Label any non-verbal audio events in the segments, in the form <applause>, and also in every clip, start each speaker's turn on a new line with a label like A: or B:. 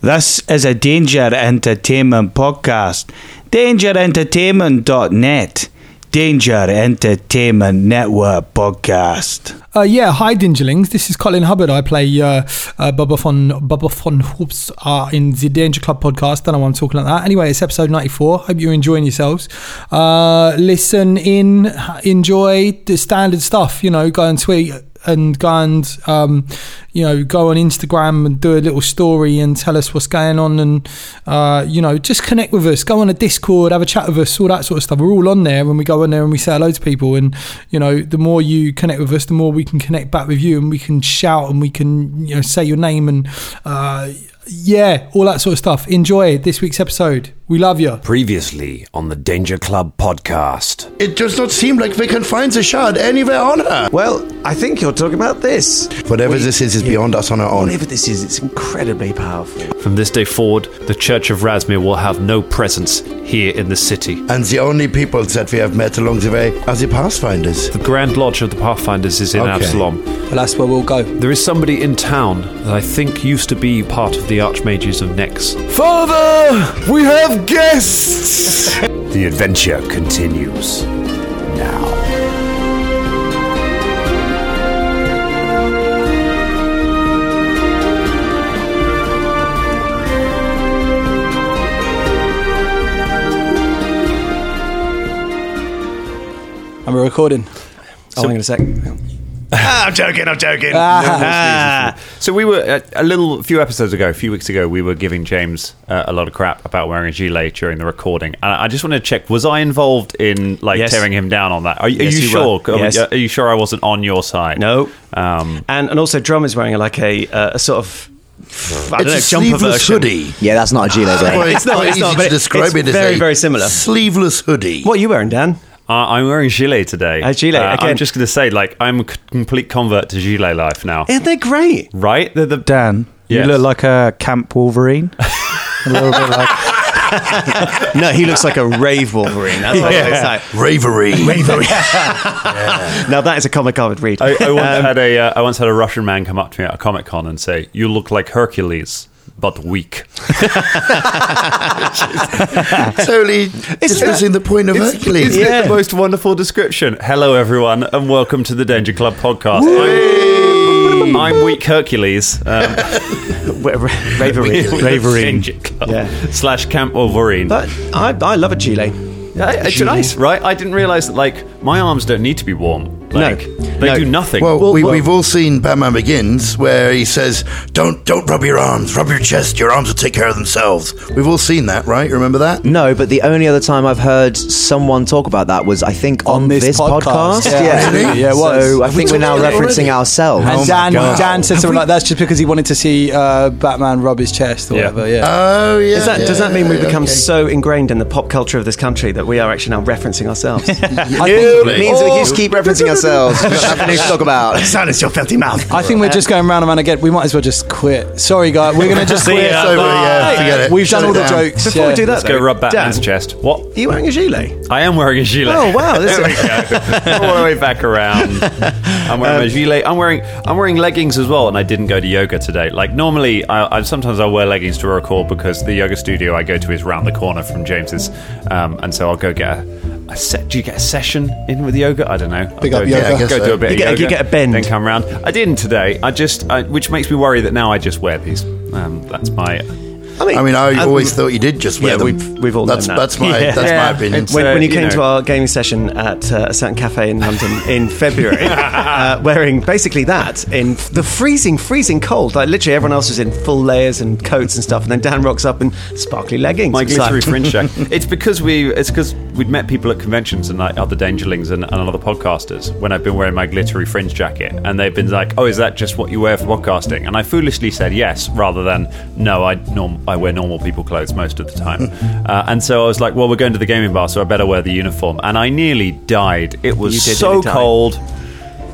A: This is a Danger Entertainment podcast. DangerEntertainment.net. Danger Entertainment Network podcast.
B: Uh, yeah, hi Dingerlings. This is Colin Hubbard. I play uh, uh, Bubba von Bubba von Hoops uh, in the Danger Club podcast. Don't know why I'm talking like that. Anyway, it's episode 94. Hope you're enjoying yourselves. Uh, listen in, enjoy the standard stuff. You know, go and tweet and go and um, you know go on Instagram and do a little story and tell us what's going on and uh, you know just connect with us. Go on a Discord, have a chat with us, all that sort of stuff. We're all on there when we go on there and we say hello to people. And you know the more you connect with us, the more we can connect back with you and we can shout and we can you know say your name and uh, yeah, all that sort of stuff. Enjoy this week's episode. We love you.
C: Previously on the Danger Club podcast.
D: It does not seem like we can find the shard anywhere on her.
E: Well, I think you're talking about this.
D: Whatever this is, is beyond us on our own.
E: Whatever this is, it's incredibly powerful.
F: From this day forward, the Church of Rasmir will have no presence here in the city.
D: And the only people that we have met along the way are the Pathfinders.
F: The Grand Lodge of the Pathfinders is in
D: Okay.
F: Absalom.
G: Well, that's where we'll go.
F: There is somebody in town that I think used to be part of the Archmages of Nex.
C: Father, we have guests! the adventure continues now.
G: And we're recording. oh, hang on a sec.
C: Ah, I'm joking, I'm joking.
G: Ah.
C: Ah. So we were, uh, a little, few episodes ago, a few weeks ago, we were giving James uh, a lot of crap about wearing a gilet during the recording. And I just want to check, was I involved in, like,
E: Yes.
C: tearing him down on that? Are, are
E: Yes,
C: you,
E: you
C: sure?
E: were.
C: Are, we-
E: Yes.
C: are you sure I wasn't on your side?
E: No.
C: Um,
E: Mm. And and also, Drum is wearing a, like a uh, a sort of I don't know,
D: It's a
E: jumper
D: sleeveless
E: version.
D: hoodie.
G: Yeah, that's not a gilet, though.
D: Well,
E: it's not,
D: quite
E: it's not,
D: easy
E: but
D: to
E: it-
D: describe
E: it's
D: it as
E: very,
D: a
E: very similar.
D: Sleeveless hoodie.
G: What are you wearing, Dan?
C: Uh, I'm wearing gilet today.
E: A gilet,
C: Uh,
E: again.
C: I'm just going to say, like, I'm a c- complete convert to gilet life now.
G: Yeah, they're great.
C: right? They're the
A: Dan,
C: Yes.
A: you look like a Camp
E: <laughs>
A: Wolverine. a little bit like.
G: No, he looks like a rave Wolverine. That's what
D: <laughs>
G: it looks like.
E: <laughs>
D: Ravery. <laughs> Ravery.
G: Now that is a comic I would read.
D: Oh,
C: I, I once
E: Um,
C: had a uh, I once had a Russian man come up to me at a comic con and say, "You look like Hercules." But weak.
D: Solely dismissing the point of Hercules.
C: Isn't it the most wonderful description? Hello, everyone, and welcome to the Danger Club podcast. I'm, I'm weak Hercules. Um, <laughs>
E: Ravery.
C: Danger Club
G: Yeah.
C: slash Camp Wolverine.
G: But I, I love a gilet.
C: Yeah, it's nice, right? I didn't realize that like my arms don't need to be warm. Like, they
G: No.
C: do nothing.
D: Well, we, we've all seen Batman Begins, where he says, "Don't, don't rub your arms. Rub your chest. Your arms will take care of themselves." We've all seen that, right? Remember that?
E: Mm.
H: No, but the only other time I've heard someone talk about that was I think on,
B: this
H: this,
B: podcast.
H: podcast.
B: Yeah,
D: absolutely. Yeah, it
H: So I think we're now
D: talked about it
H: referencing
D: already?
H: ourselves.
D: Oh
G: And
D: my
G: Dan,
D: God.
G: Dan said something like that's just because he wanted to see uh, Batman rub his chest or
C: Yeah.
G: whatever. Yeah.
D: Oh yeah.
E: Does that, does that mean we
D: yeah,
E: become
D: okay.
E: so ingrained in the pop culture of this country that we are actually now referencing
D: <laughs>
E: ourselves?
G: I think,
H: It means that we just keep referencing ourselves. We've got nothing new to talk about.
E: Silence your filthy mouth.
G: <laughs> I think we're just going round and round again. We might as well just quit. Sorry, guys. We're going to
D: <laughs>
G: just
C: See
G: quit.
C: ya.
D: It's over, yeah,
C: Hey,
D: forget it.
G: We've
D: Shut
G: done all
D: it
G: the
D: down.
G: jokes.
E: Before we
G: yeah.
E: do that,
C: Let's go
E: though,
C: rub Batman's
E: Dan,
C: chest. What?
E: Are you wearing
C: <laughs>
E: a gilet?
C: I am wearing a gilet.
E: Oh, wow, this
C: there we
E: is- <laughs>
C: go. All the way back around. I'm wearing
G: Um,
C: a gilet. I'm wearing I'm wearing leggings as well, and I didn't go to yoga today. Like normally, I, I sometimes I wear leggings to record because the yoga studio I go to is round the corner from James's, um, and so I'll go get a. a set, do you get a session in with yoga? I don't know.
G: Big
C: I'll
G: up yoga.
C: go, Go,
G: Yeah, I guess
C: do
D: so.
C: a bit
G: You
C: of
G: get- you
C: yoga.
G: get a bend.
C: Then come round. I didn't today. I just, I, which makes me worry that now I just wear these. Um, that's my.
D: I mean, I
H: um,
D: always thought you did just wear
H: yeah,
D: them.
H: we've- we've all known
D: that's
H: that.
D: that's my
C: Yeah.
D: that's
C: Yeah.
D: my opinion.
C: It's-
H: When,
C: So,
H: when you
C: you
H: came to
C: know.
H: our gaming session at uh, a certain cafe in London in
D: <laughs>
H: February, uh, wearing basically that in f- the freezing, freezing cold, like literally everyone else was in full layers and coats and stuff, and then Dan rocks up in sparkly leggings.
C: My
H: It's like-
C: glittery fringe jack. It's because we. It's because we'd met people at conventions and like other Dangerlings and, and other podcasters when I've been wearing my glittery fringe jacket, and they've been like, "Oh, is that just what you wear for podcasting?" And I foolishly said yes, rather than no. I norm- I wear normal people clothes most of the time, uh, and so I was like, "Well, we're going to the gaming bar, so I better wear the uniform." And I nearly died. It was
H: You did
C: so
H: nearly die.
C: cold.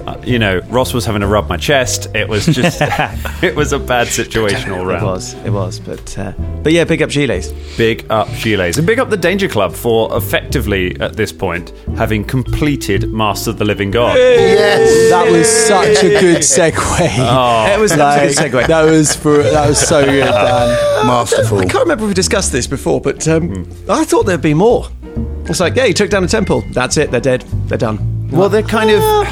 C: uh, you know, Ross was having to rub my chest. It was just, <laughs> it was a bad situation
D: <laughs>
C: all
E: It
C: round.
E: was, it was, but uh, but yeah, big up Gilles.
C: Big up Chiles and big up the Danger Club for effectively at this point having completed Master of the Living God.
D: Yes.
B: That was such a good
H: <laughs>
B: segue.
H: Oh.
E: It was like,
B: Like, that was for that was so
H: <laughs>
B: good, Dan.
D: Masterful.
E: I can't remember if we discussed this before, but um, I thought there'd be more. It's like, yeah, he took down a temple. That's it. They're dead. They're done.
C: Well, they're kind of.
E: Uh,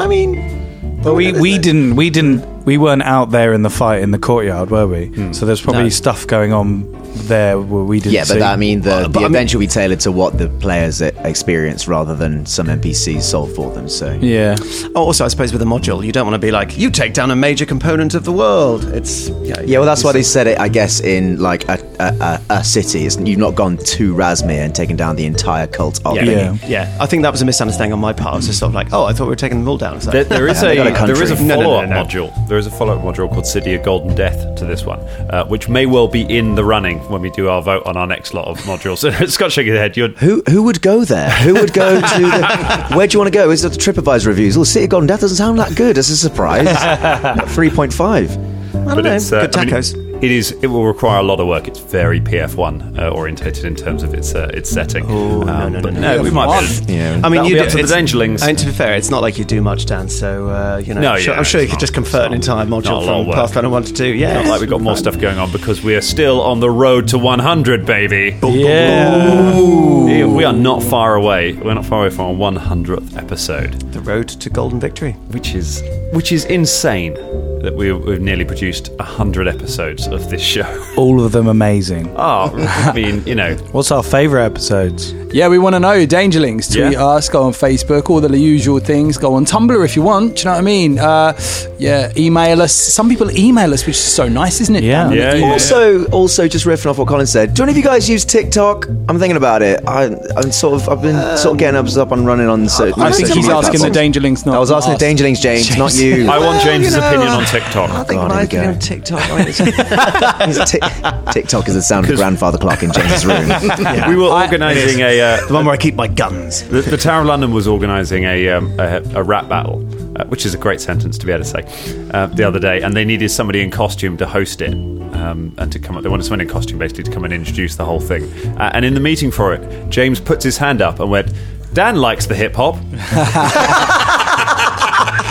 E: I mean,
A: But we, we didn't we didn't we weren't out there in the fight in the courtyard, were we? So there's probably stuff going on there where we didn't.
H: Yeah, but
A: see.
H: I mean, the,
E: Hmm. but
H: the
E: I mean-
H: adventure will be tailored to what the players e- experience rather than some NPCs solve for them. So
A: yeah,
E: oh, also, I suppose with a module, you don't want to be like, you take down a major component of the world. It's yeah,
H: Yeah, well, that's why they said it. I guess in like a a, a, a city, it's, you've not gone to Razmir and taken down the entire cult of
E: Yeah.
H: the-
A: yeah.
E: yeah. I think that was a misunderstanding on my part. I was just sort of like, oh, I thought we were taking them all down. It's like,
C: There, there
E: <laughs>
C: is
H: they
C: a,
H: got a
C: there is a
H: country.
E: No, no, no,
C: follow-up
E: no.
C: module. There is a follow-up module called City of Golden Death to this one, uh, which may well be in the running when we do our vote on our next lot of modules. <laughs> Scott shaking his head. You're
H: Who who would go there? Who would go to
C: <laughs>
H: the? Where do you want to go? Is it the TripAdvisor reviews? Well, City of Gone Death doesn't sound that good. It's a
C: <laughs>
H: surprise. Three point five.
C: but
E: know.
C: it's uh,
E: Good
C: I mean,
E: tacos.
C: it is. It will require a lot of work. It's very PF1 uh, orientated in terms of its uh, its setting. Oh no, no, no, we might. Be able to-
H: Yeah.
E: I mean,
C: That'll
E: you
C: be
E: do,
C: up to the
E: it's-
C: Dangerlings.
E: I mean, to be fair, it's not like you do much, Dan. So uh, you know,
C: No,
E: I'm sure,
C: yeah,
E: I'm sure you
C: it's
E: could just
C: not-
E: convert an
C: it's
E: entire
C: not- not
E: module
C: a lot of
E: from
C: work.
E: Pathfinder one to two. Yeah,
C: Not like we've got more stuff going on because we are still on the road to 100, baby. Yeah, We are not far away. We're not far away from our 100th episode.
E: The road to golden victory.
C: which is which is insane that we, we've nearly produced 100 episodes of this show <laughs>
A: all of them amazing.
C: oh <laughs> i mean you know
A: What's our favourite episodes?
B: Yeah, we want to know. Dangerlings, tweet
C: Yeah.
B: us, go on Facebook, all the usual things. Go on Tumblr if you want. Do you know what I mean? Uh, yeah, email us. Some people email us, which is so nice, isn't it?
A: Yeah.
C: yeah, yeah.
H: Also, also, just riffing off what Colin said. Do any of you guys use TikTok? I'm thinking about it. I, I'm sort of, I've been sort of getting ups up on running on. So,
B: I think he's asking the Dangerlings. Not
H: I was asking
B: not
H: the
B: us.
H: Dangerlings, James, not you.
C: i want james's
H: you know,
C: opinion
H: I-
C: on
H: I
C: tiktok
H: think God, when here I we think go. of TikTok, <laughs> I mean, it's- Tick- TikTok is the
C: <laughs>
H: sound of the grandfather clock in James's room.
C: we were organising a uh,
E: The one where I keep my guns.
C: The, the Tower of London was organising a, um, a a rap battle, uh, which is a great sentence to be able to say, uh, the other day, and they needed somebody in costume to host it um, and to come up. They wanted someone in costume basically to come and introduce the whole thing. Uh, and in the meeting for it, James puts his hand up and went, "Dan likes the hip hop." <laughs>
E: I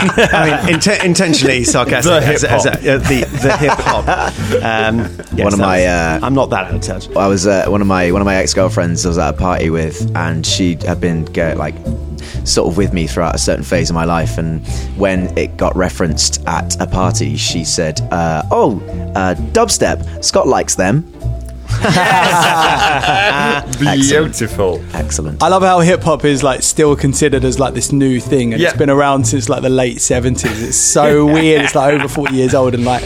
E: mean, inte- intentionally <laughs> sarcastic.
C: The
E: as- as-
C: hip-hop.
E: uh, the the hip hop. Um, yes,
H: <laughs> One of
E: that
H: my, uh,
E: was- I'm not that out of touch.
H: I was uh, one of my one of my ex girlfriends. I was at a party with, and she had been go, like sort of with me throughout a certain phase of my life. And when it got referenced at a party, she said, uh, "Oh, uh, dubstep. Scott likes them.
C: Beautiful.
H: Excellent."
B: I love how hip hop is like still considered as like this new thing, and
C: Yeah.
B: it's been around since like the late seventies. It's
C: <laughs>
B: so weird. It's like over forty years old, and like,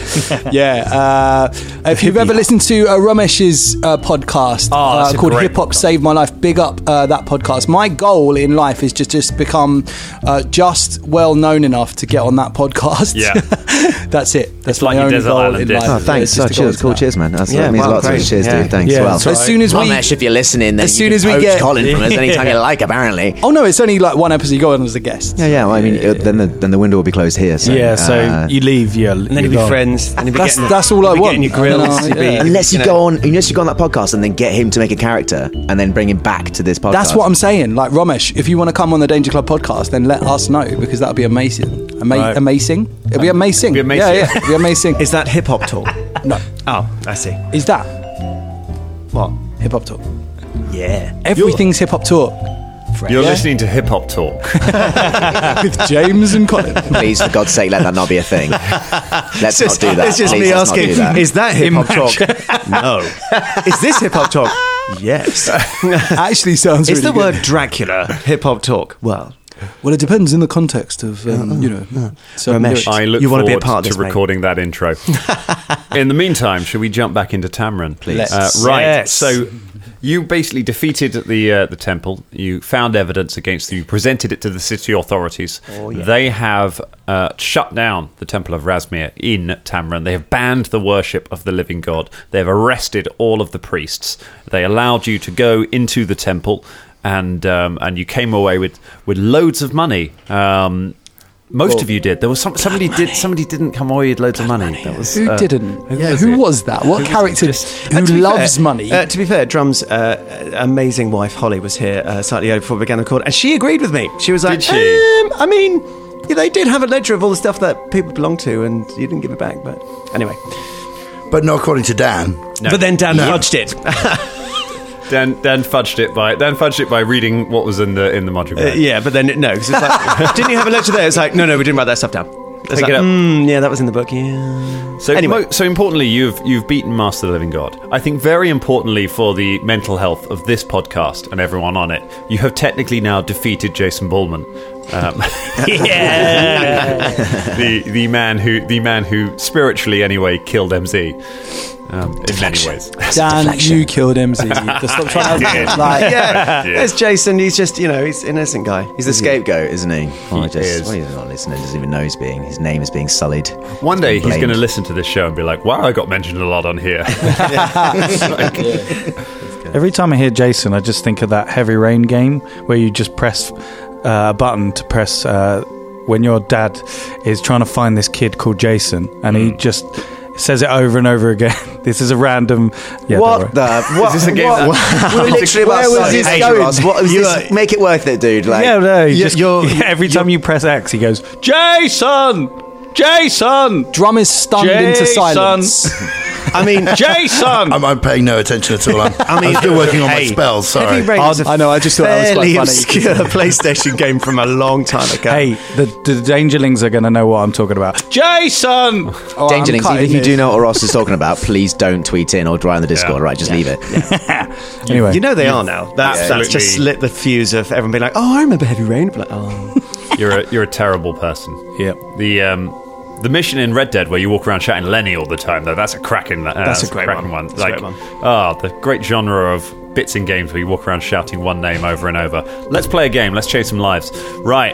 B: yeah. Uh, if you've ever listened to uh, Ramesh's uh, podcast
C: Oh, that's
B: uh,
C: a
B: called
C: great
B: Hip Hop
C: podcast.
B: Saved My Life, big up uh, that podcast. My goal in life is just just become uh, just well known enough to get on that podcast.
C: Yeah.
B: <laughs> that's it. That's
C: like
B: my
C: your
B: only
C: Desert
B: goal
C: Island
B: in
C: disc.
B: life.
C: Oh,
H: Oh, thanks.
B: It's just
H: Oh,
B: to
H: cheers.
B: go into
H: Cool.
B: that.
H: Cheers, man. That's,
E: Yeah,
H: that means
E: wow,
H: lots to
E: great.
H: us. Cheers,
E: Yeah.
H: dude. Thanks.
A: Yeah,
H: well,
A: that's right.
B: As soon as we
H: Ramesh, if you're listening, then
B: As
H: you
B: soon
H: can
B: as we
H: poach
B: get-
H: Colin from us anytime you like, apparently.
B: Oh no, it's only like one episode. You go on as a guest.
H: <laughs> Yeah, yeah. Well, I mean, uh, then the then the window will be closed here. So,
A: Yeah, so
H: uh,
A: you leave, yeah, and
E: And then you'll be friends. And you'll be
B: That's-
E: getting,
B: that's all I
E: you'll be
B: want.
E: Getting your grills.
B: No,
E: you'll be-
B: yeah.
H: Unless you,
E: know,
H: go on, unless you go on that podcast and then get him to make a character and then bring him back to this podcast.
B: That's what I'm saying. Like Romesh, if you want to come on the Danger Club podcast, then let us know because that would be amazing. Ama-
A: Right.
B: Amazing. It'd be amazing.
C: It'd be
B: Yeah,
C: amazing.
B: yeah. It'd be <laughs> amazing.
E: Is that hip hop
H: <laughs>
E: talk?
B: no,
E: Oh, I see.
B: is that
E: What?
B: hip hop talk?
E: Yeah.
B: Everything's hip hop <laughs> talk
C: You're listening to hip hop talk.
B: with James and Colin. <laughs>
H: Please, for God's sake, let that not be a thing. Let's
E: It's just,
H: not do that.
E: it's just
H: Please,
E: me
H: let's not
E: asking,
H: do that.
E: is that hip hop talk? <laughs> No. Is this hip
H: <laughs>
E: hop talk? <laughs> Yes.
B: Actually, sounds.
E: Is
B: really
E: the
B: good.
E: word Dracula hip hop talk? Well,
B: Well, it depends in the context of um, you know. So
E: Ramesh.
C: I look
E: You wanna
C: forward
E: be a part of this,
C: to
E: mate.
C: recording that
E: <laughs>
C: intro. In the meantime, should we jump back into Tamron, please?
B: Let's.
C: right.
E: Yes.
C: So you basically defeated the uh, the temple. You found evidence against them. You presented it to the city authorities.
E: Oh,
C: They have uh, shut down the temple of Rasmir in Tamron. They have banned the worship of the living god. They have arrested all of the priests. They allowed you to go into the temple. And um, and you came away with, with loads of money. Um, Most of you did. There was some, somebody did. Somebody didn't come away with loads of money. That was
B: Who
C: uh,
B: didn't?
C: Who
B: yeah,
C: was
B: who
C: it?
B: was that? What character who loves money?
E: Uh, to be fair, Drum's uh, amazing wife Holly was here uh, slightly early before we began the record, and she agreed with me. She was like,
C: Did she?
E: Um, I mean, yeah, they did have a ledger of all the stuff that people belonged to, and you didn't give it back. But anyway,
D: But not according to Dan.
E: but then Dan
D: No.
E: lodged it.
C: Dan Dan fudged it by Dan fudged it by reading what was in the in the module.
E: Uh, yeah, but then no, 'cause it's like, didn't you have a lecture there? It's like, no, no, we didn't write that stuff down. It's
C: Pick
E: like,
C: it up.
E: "Mm, yeah, that was in the book. Yeah.
C: So,
E: Anyway.
C: mo- so importantly, you've you've beaten Master the Living God. I think very importantly for the mental health of this podcast and everyone on it, you have technically now defeated Jason Bullman. Um, <laughs> the the man who the man who spiritually anyway killed MZ um, in many ways.
B: Dan, you killed <laughs> MZ. Just stop trying to
C: did.
B: like,
C: Yeah.
E: Yeah, <laughs> there's Jason. He's just, you know, he's an innocent guy.
H: He's the scapegoat, isn't he? Well, just,
C: is.
H: well, he's not listening. Doesn't even know he's being. His name is being sullied.
C: One day he's
H: blamed.
C: going to listen to this show and be like, "Wow, I got mentioned a lot on here." <laughs>
A: Every time I hear Jason, I just think of that heavy rain game where you just press uh, a button to press uh, when your dad is trying to find this kid called Jason, and he just says it over and over again. <laughs> this is a random. Yeah, don't worry.
H: What the? What,
C: Is this a game that-
H: what- we were literally about
B: Where was
H: to
B: this
H: say,
B: going?
H: Ross, what was
B: You
H: this? Make it worth it, dude. Like,
A: yeah, no. he
B: you-
A: just,
B: you're-
A: <laughs> yeah, every time you press X, he goes, Jason, Jason,
B: drum is stunned into
A: Jason.
B: silence.
E: I mean,
A: Jason.
D: <laughs> I'm, I'm paying no attention at all. I'm, I am still working on my
E: hey,
D: spells. Sorry.
E: Heavy Rain's a
B: I know, I just thought that was
E: fairly
B: quite funny.
E: obscure
B: <laughs>
E: PlayStation game from a long time ago.
A: Hey, the, the Dangerlings are going to know what I'm talking about. Jason!
B: Oh, I'm
H: Dangerlings, even
B: cutting
H: if you
B: it.
H: do know what Ross is talking about, please don't tweet in or write on the Discord, right? Just leave it.
A: Anyway,
E: You know they are now. That's, that's just
C: Absolutely.
E: lit the fuse of everyone being like, "Oh, I remember Heavy Rain." But like, oh,
C: you're a, you're a terrible person.
A: yeah.
C: The um, the mission in Red Dead where you walk around shouting Lenny all the time though that's a cracking uh, that's,
E: a great
C: cracking
E: one. That's a
C: like
E: great one.
C: ah the great genre of bits in games where you walk around shouting one name over and over. Let's play a game. Let's chase some lives. Right,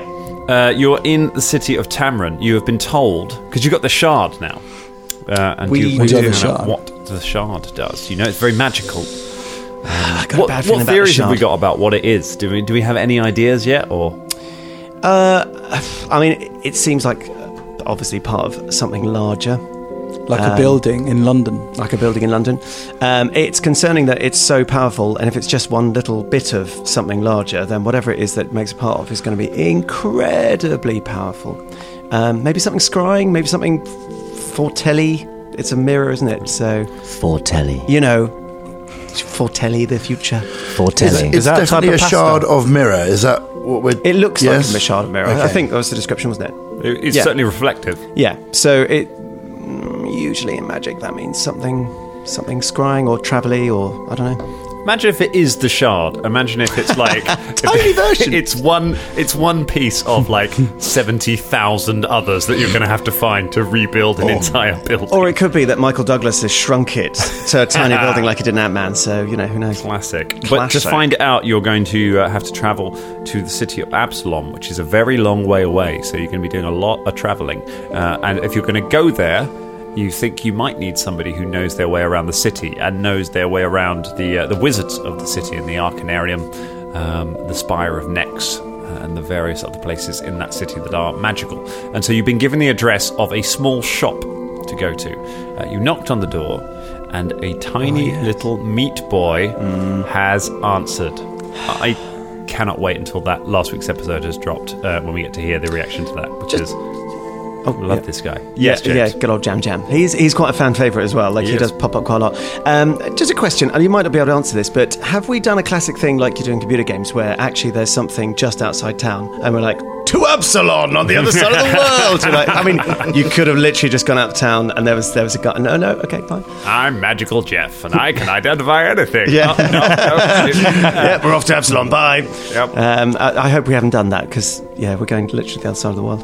C: uh, you're in the city of Tamron. You have been told because you got the shard now. Uh, and
E: We
C: you
B: do
C: find
B: have the
C: out
B: shard.
C: what the shard does. You know it's very magical.
E: I got a
C: What,
E: bad
C: what
E: feeling about
C: theories
E: the
C: have we
E: shard.
C: got about what it is? Do we do we have any ideas yet or?
E: Uh, I mean, it seems like uh, obviously part of something larger.
B: Like
I: Um,
B: a building in London.
E: like a building in London. Um, it's concerning that it's so powerful, and if it's just one little bit of something larger, then whatever it is that it makes a part of is going to be incredibly powerful. Um, maybe something scrying, maybe something foretelly. It's a mirror, isn't it? So,
H: Foretelling.
E: you know, foretelly the future.
H: Foretelling.
D: It's
A: that a
D: definitely
A: type
D: a,
A: of pasta?
D: shard of mirror. Is that what we're?
E: It looks
D: Yes.
E: like a shard mirror. I
D: Okay.
E: think that was the description, wasn't it?
C: It- It's
E: Yeah.
C: certainly reflective.
E: Yeah. So it mm, usually in magic that means something, something scrying or travelly or I don't know.
C: Imagine if it is the shard. Imagine if it's like
E: <laughs> Tiny
C: if-
E: version.
C: It's one. It's one piece of like <laughs> seventy thousand others that you're going to have to find to rebuild an entire building.
E: Oh. Or it could be that Michael Douglas has shrunk it to a tiny building like he did in Ant Man, so, you know, who knows?
C: Classic. But to
E: Classic.
C: find out, you're going to uh, have to travel to the city of Absalom, which is a very long way away. So you're going to be doing a lot of traveling. Uh, and if you're going to go there, you think you might need somebody who knows their way around the city and knows their way around the uh, the wizards of the city and the Arcanarium, um, the Spire of Nex. uh, And the various other places in that city that are magical. And so you've been given the address of a small shop to go to. Uh, you knocked on the door, and a
E: Oh,
C: tiny little meat boy
E: Mm.
C: has answered. I cannot wait until that last week's episode has dropped uh, when we get to hear the reaction to that, which is.
E: Oh,
C: I love
E: yeah.
C: this guy.
E: Yeah,
C: Yes,
E: yeah,
C: James.
E: good old Jam Jam. He's he's quite a fan favourite as well. Like he,
C: He is.
E: does pop up quite a lot. Um, just a question, and you might not be able to answer this, but have we done a classic thing like you do in computer games, where actually there's something just outside town, and we're like to Absalon on the other side of the world? You're like, I mean, you could have literally just gone out of town, and there was there was a guy. No, no, okay, fine.
C: I'm Magical Jeff, and I can <laughs> identify anything.
E: Yeah.
C: Oh, no, no.
E: Uh, <laughs> yeah, we're off to Absalon. Bye.
C: Yep.
E: Um, I, I hope we haven't done that because yeah, we're going literally the other side of the world.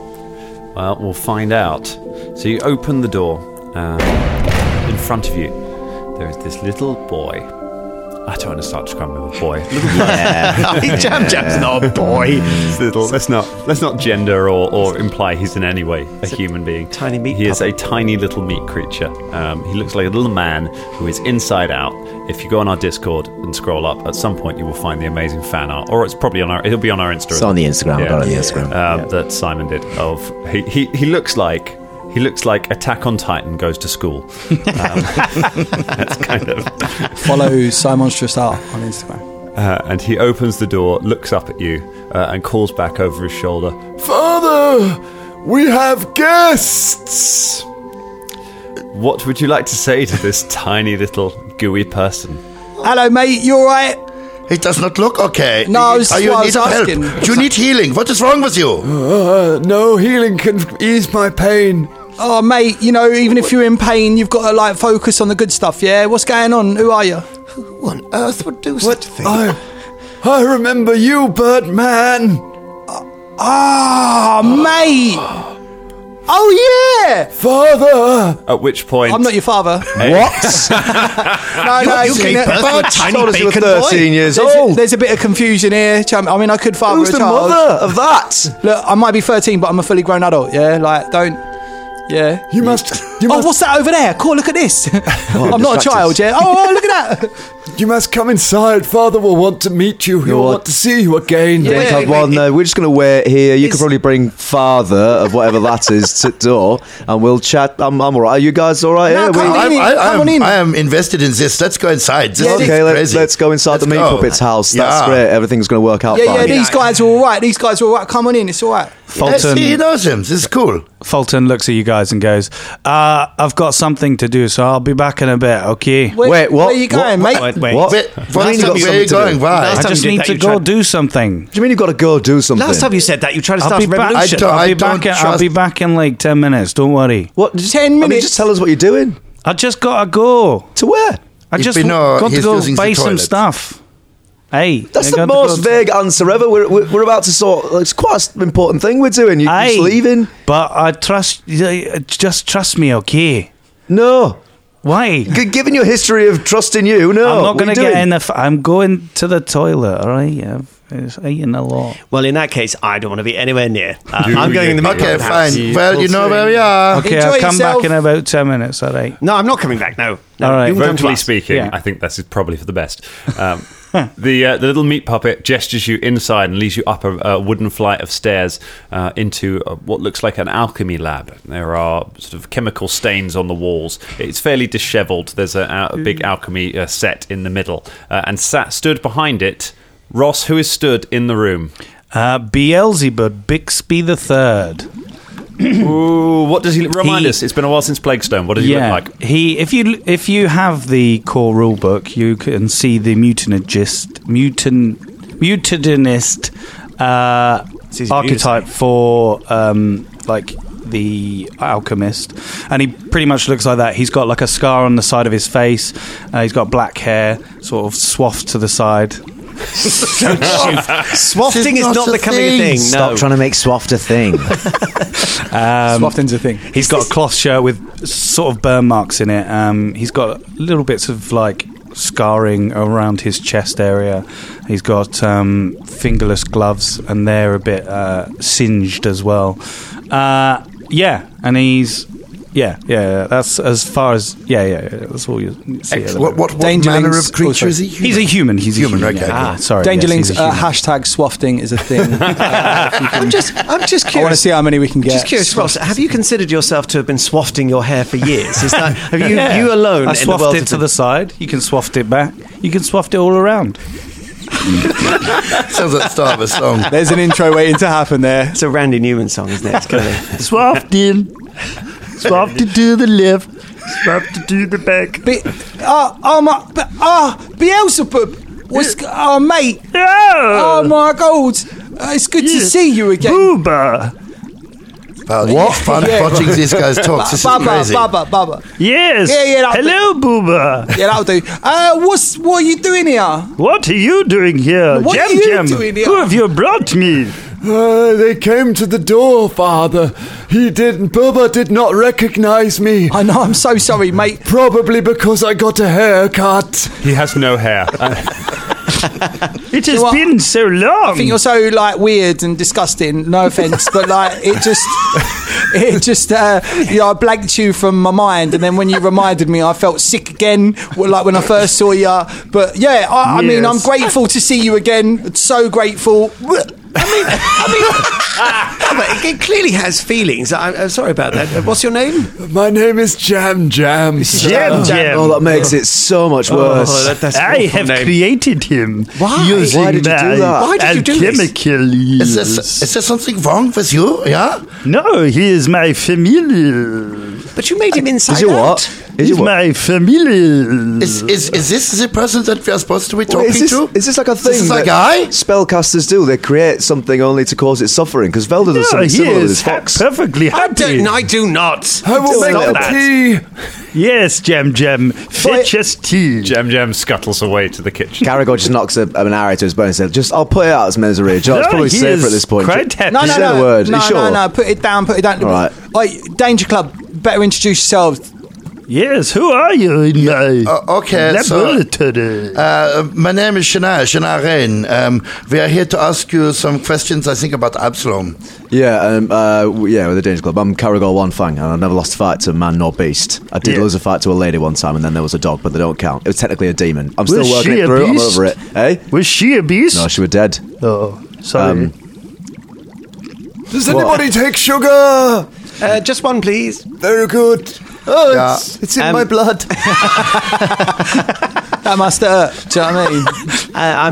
C: Well, we'll find out. So you open the door. Um, in front of you, there is this little boy I don't want to start describing him as a <laughs> boy.
E: Yeah. <laughs> Jam Jam's not a boy.
C: It's little- let's not let's not gender or, or imply he's in any way a human being. Tiny meat. He is a tiny little meat creature. Um, he looks like a little man who is inside out. If you go on our Discord and scroll up, at some point you will find the amazing fan art, or it's probably on our. It'll be on our Instagram.
H: It's on the Instagram, got it on the Instagram.
C: Um, That Simon did. Of he, he he looks like. He looks like Attack on Titan goes to school. Um, that's kind of
I: <laughs>
B: Follow Simon Strassar on Instagram.
C: uh, and he opens the door, looks up at you, uh, and calls back over his shoulder.
I: Father, we have guests.
C: What would you like to say to
H: <laughs>
C: this tiny little gooey person?
B: Hello, mate. You all right?
D: He does not look okay.
B: No, I was-
D: Are you
B: I
D: in
B: was
D: need of help?
B: asking.
D: Do you need healing? What is wrong with you?
I: Uh, no healing can ease my pain.
B: Oh, mate. You know, even if you're in pain, you've got to like focus on the good stuff. Yeah. What's going on? Who are you?
I: Who on earth would do such a thing? I, I remember you, Birdman.
B: Ah,
I: <gasps>
B: mate. Oh yeah.
I: Father.
C: At which point,
B: I'm not your father.
H: <laughs>
I: <laughs>
C: What?
B: No, no,
G: you
B: it's-
G: gave
B: it's-
G: birth to a
B: it's-
G: tiny
B: told us you were
G: bacon
B: 13
G: boy.
B: years
G: There's a-
B: old. there's a bit of confusion here. do you know what I mean? I mean, I could father
G: Who's
B: a
G: the
B: child.
G: mother of that?
B: Look, I might be 13, but I'm a fully grown adult. Yeah, like don't. Yeah.
I: You must. You
B: oh,
I: must.
B: what's that over there? Cool. Look
I: <laughs>
B: at this. <laughs> I'm not a
G: distracted.
B: child. Yeah. Oh, oh, look at that.
I: You must come inside. Father will want to meet you. He'll
H: You're-
I: want to see you again.
B: Yeah.
H: Think of, well, no, we're just going to wait here. You could probably bring father of whatever that is to door, and we'll chat. I'm, I'm all right. Are you guys all right?
B: No,
H: here?
B: come
H: We-
B: on in.
D: I, I
B: come
D: am,
B: on in.
D: I am invested in this. Let's go inside. This is
H: okay, let,
D: crazy.
H: let's go inside
D: Let's
H: the meat
D: go.
H: puppet's house. That's
D: Yeah.
H: great. Everything's going to work out
B: yeah, yeah.
H: fine.
B: These guys are all right. These guys are all right. Come on in. It's all right.
D: Yeah, see, he
J: um,
A: Fulton,
D: knows him. This is cool.
A: Fulton looks at you guys and goes, uh, I've got something to do, so I'll be back in a bit, okay?
B: Where,
H: Wait, what?
B: Where are you
H: What-
B: going, mate?
G: Wait, wait.
J: Oh,
H: What?
D: Wait,
H: Last
D: Fulton,
H: time you
D: where are
H: something
D: you
H: to
D: going?
H: do.
D: Why?
A: I
G: time you
A: just
G: did
A: need
G: that,
A: to
G: you
A: go
G: tried-
A: do something.
H: What do you mean you've got to go do something?
G: Last time you said that, you tried to
A: I'll
G: start
A: be
G: a
A: back.
G: revolution.
D: don't-
A: I'll
D: I
A: be
D: don't
A: back. I'll
D: trust-
A: be back in like ten minutes. Don't worry.
H: What? Just,
B: 10
H: I mean,
B: minutes.
H: just tell us what you're doing.
A: I just gotta go.
H: To where?
A: I
D: If
A: just
D: we know
A: got to
D: he's
A: go
D: using the
A: buy some
D: toilet.
A: stuff. Hey,
H: That's
A: I
H: the
A: got to
H: most
A: go-
H: vague answer ever. We're, we're, we're about to sort. It's quite an important thing we're doing. You, are
A: Aye,
H: just leaving?
A: But I trust. Just trust me, okay?
H: No.
A: Why?
H: G- given your history of trusting you, no.
A: I'm not
H: Oh, What are
A: going
H: you
A: to get
H: doing?
A: in the. F- I'm going to the toilet. All right. I've I've eaten a lot.
G: Well, in that case, I don't want to be anywhere near. Uh, I'm going in the middle.
D: Okay,
G: of the house.
D: fine. Well, you know where we are.
A: Okay,
B: Enjoy
A: I'll come
B: yourself.
A: back in about ten minutes. All right.
G: No, I'm not coming back. No. no
A: All right.
G: you can come to
C: Vocally
G: us.
C: speaking,
A: Yeah.
C: I think this is probably for the best. <laughs> Um, the uh, the little meat puppet gestures you inside and leads you up a, a wooden flight of stairs uh, into uh what looks like an alchemy lab. There are sort of chemical stains on the walls. It's fairly dishevelled. There's a, a big alchemy uh, set in the middle, uh, and sat stood behind it. Ross, who is stood in the room.
A: Uh, Beelzebub Bixby the Third.
C: Ooh, what does he remind
A: He-
C: us? It's been a while since Plaguestone. What does he look like?
A: he. If you if you have the core rulebook, you can see the mutagenist mutant mutagenist uh,
G: easy to
A: archetype for um, like the alchemist, and he pretty much looks like that. He's got like a scar on the side of his face. Uh, he's got black hair, sort of swathed to the side.
G: <laughs> Swafting is
D: not
G: not
D: a
G: becoming a
D: thing.
G: thing.
H: Stop
G: No.
H: trying to make Swaft a thing.
B: Swafting's a thing.
A: He's got a cloth shirt with sort of burn marks in it. Um, he's got little bits of like scarring around his chest area. He's got um, fingerless gloves, and they're a bit uh, singed as well. Uh, yeah, and he's yeah, yeah, yeah. That's as far as yeah, yeah. yeah that's all you see. at the
D: What, what, what
B: Dangerlings-
D: manner of creature
B: oh,
D: is he?
A: He's a human. He's
D: Human,
A: A human
D: okay,
A: yeah.
D: okay.
A: Ah, sorry. yes,
B: Dangerlings,
A: he's a
B: uh,
A: human.
B: hashtag swafting is a <laughs> thing. Uh, if you can-
G: I'm just, I'm just
B: I want to
G: curious.
B: see how many we can get.
G: Just curious, Ross. Have you considered yourself to have been swafting your hair for years? Is that have you
A: Yeah.
G: you alone
A: I
G: in the
A: swaffed
G: world?
A: it
G: have
A: to
G: been-
A: the side. You can swaft it back. You can swaft it all around.
D: Sounds like the start of
J: <laughs>
D: a song.
B: There's an intro waiting to happen there.
G: It's a Randy Newman song, isn't
E: <laughs>
G: it? It's gonna be-
D: Swaft in. Swaft to the left. Swaft to do the back.
B: Be- oh, oh my, be- oh, Beelzebub. What's, g- oh mate. Oh my God. Uh, it's good to see you again.
D: what fun watching these guys talk. This is
B: Baba,
D: crazy.
B: Baba, Baba.
J: Yes.
B: Yeah, yeah, that'll
J: Hello, Booba.
B: Yeah, that'll do. Uh, what's, what are you doing here?
J: What are you doing here?
B: What are
J: Jam
B: you
J: Jam.
B: doing here?
J: Who have you brought me?
I: Uh, they came to the door, Father. He didn't. Bubba did not recognize me.
B: I know. I'm so sorry, mate.
I: Probably because I got a haircut.
C: He has no hair. <laughs>
B: It has been so long. I think you're so like weird and disgusting. No offense, but like it just, <laughs> it just, uh, you know, I blanked you from my mind, and then when you reminded me, I felt sick again. well, Like when I first saw you. But yeah, I, I mean, I'm
J: Yes.
B: grateful to see you again.
E: <laughs>
B: So grateful.
E: it clearly has feelings. I'm, I'm sorry about that. What's your name?
I: My name is Jam Jam.
E: Jam Jam.
H: Oh, that makes it so much
E: Oh,
H: worse.
E: that- that's
J: I have created him
H: Why?
J: using
H: Why did you do
J: my
H: that? Why did you do this?
J: alchemical
H: Is there
J: ears.
H: is there something wrong with you? Yeah.
J: No, he is my familial.
E: But Uh, you made him inside
H: Is you what? Is
J: He's
H: you what?
J: my familial.
H: Is, is, is this the person that we are supposed to be talking
J: is this-
H: to?
J: is this like a
H: This
J: thing
H: is like
J: that-
H: I? Spellcasters do. They create something only to cause it suffering. Because Velda does
J: No,
H: something
J: he
H: similar with his
J: is ha-
H: fox.
J: perfectly happy.
E: I do not.
I: I will
J: Stop
I: make the
J: that.
I: tea.
J: Yes, Jam Jam, fetch us tea.
C: Jam Jam scuttles away to the kitchen.
H: Garagor just knocks a, an arrow to his bone and says, "Just I'll put it out as misery. Joe, it's
J: No,
H: probably
J: he
H: safer
J: is
H: at this point."
J: quite happy.
H: He said a word.
B: no,
H: He's sure?
B: no, no. Put it down. Put it down.
H: All right.
B: Like Danger Club, better introduce yourselves.
J: Yes, who are you in my
H: Uh, okay, so
J: laboratory?
H: uh, my name is Shana Shana Rain. Um, we are here to ask you some questions. I think about Absalom. Yeah, um, uh, w- yeah, with the Danger Club. I'm Caragor One Fang, and I've never lost a fight to man nor beast. I did
J: Yeah.
H: lose a fight to a lady one time, and then there was a dog, but they don't count. It was technically a demon. I'm still
J: Was
H: working
J: she
H: it
J: a
H: through. I'm
J: beast?
H: over it. Hey,
J: was she a beast?
H: No, she was dead.
J: oh, sorry.
H: Um,
I: Does
H: What?
I: anybody take sugar?
E: Uh, just one, please.
I: Very good. Oh, it's, it's in
E: Um,
I: my blood.
E: <laughs>
B: That must hurt. Do you know what I mean?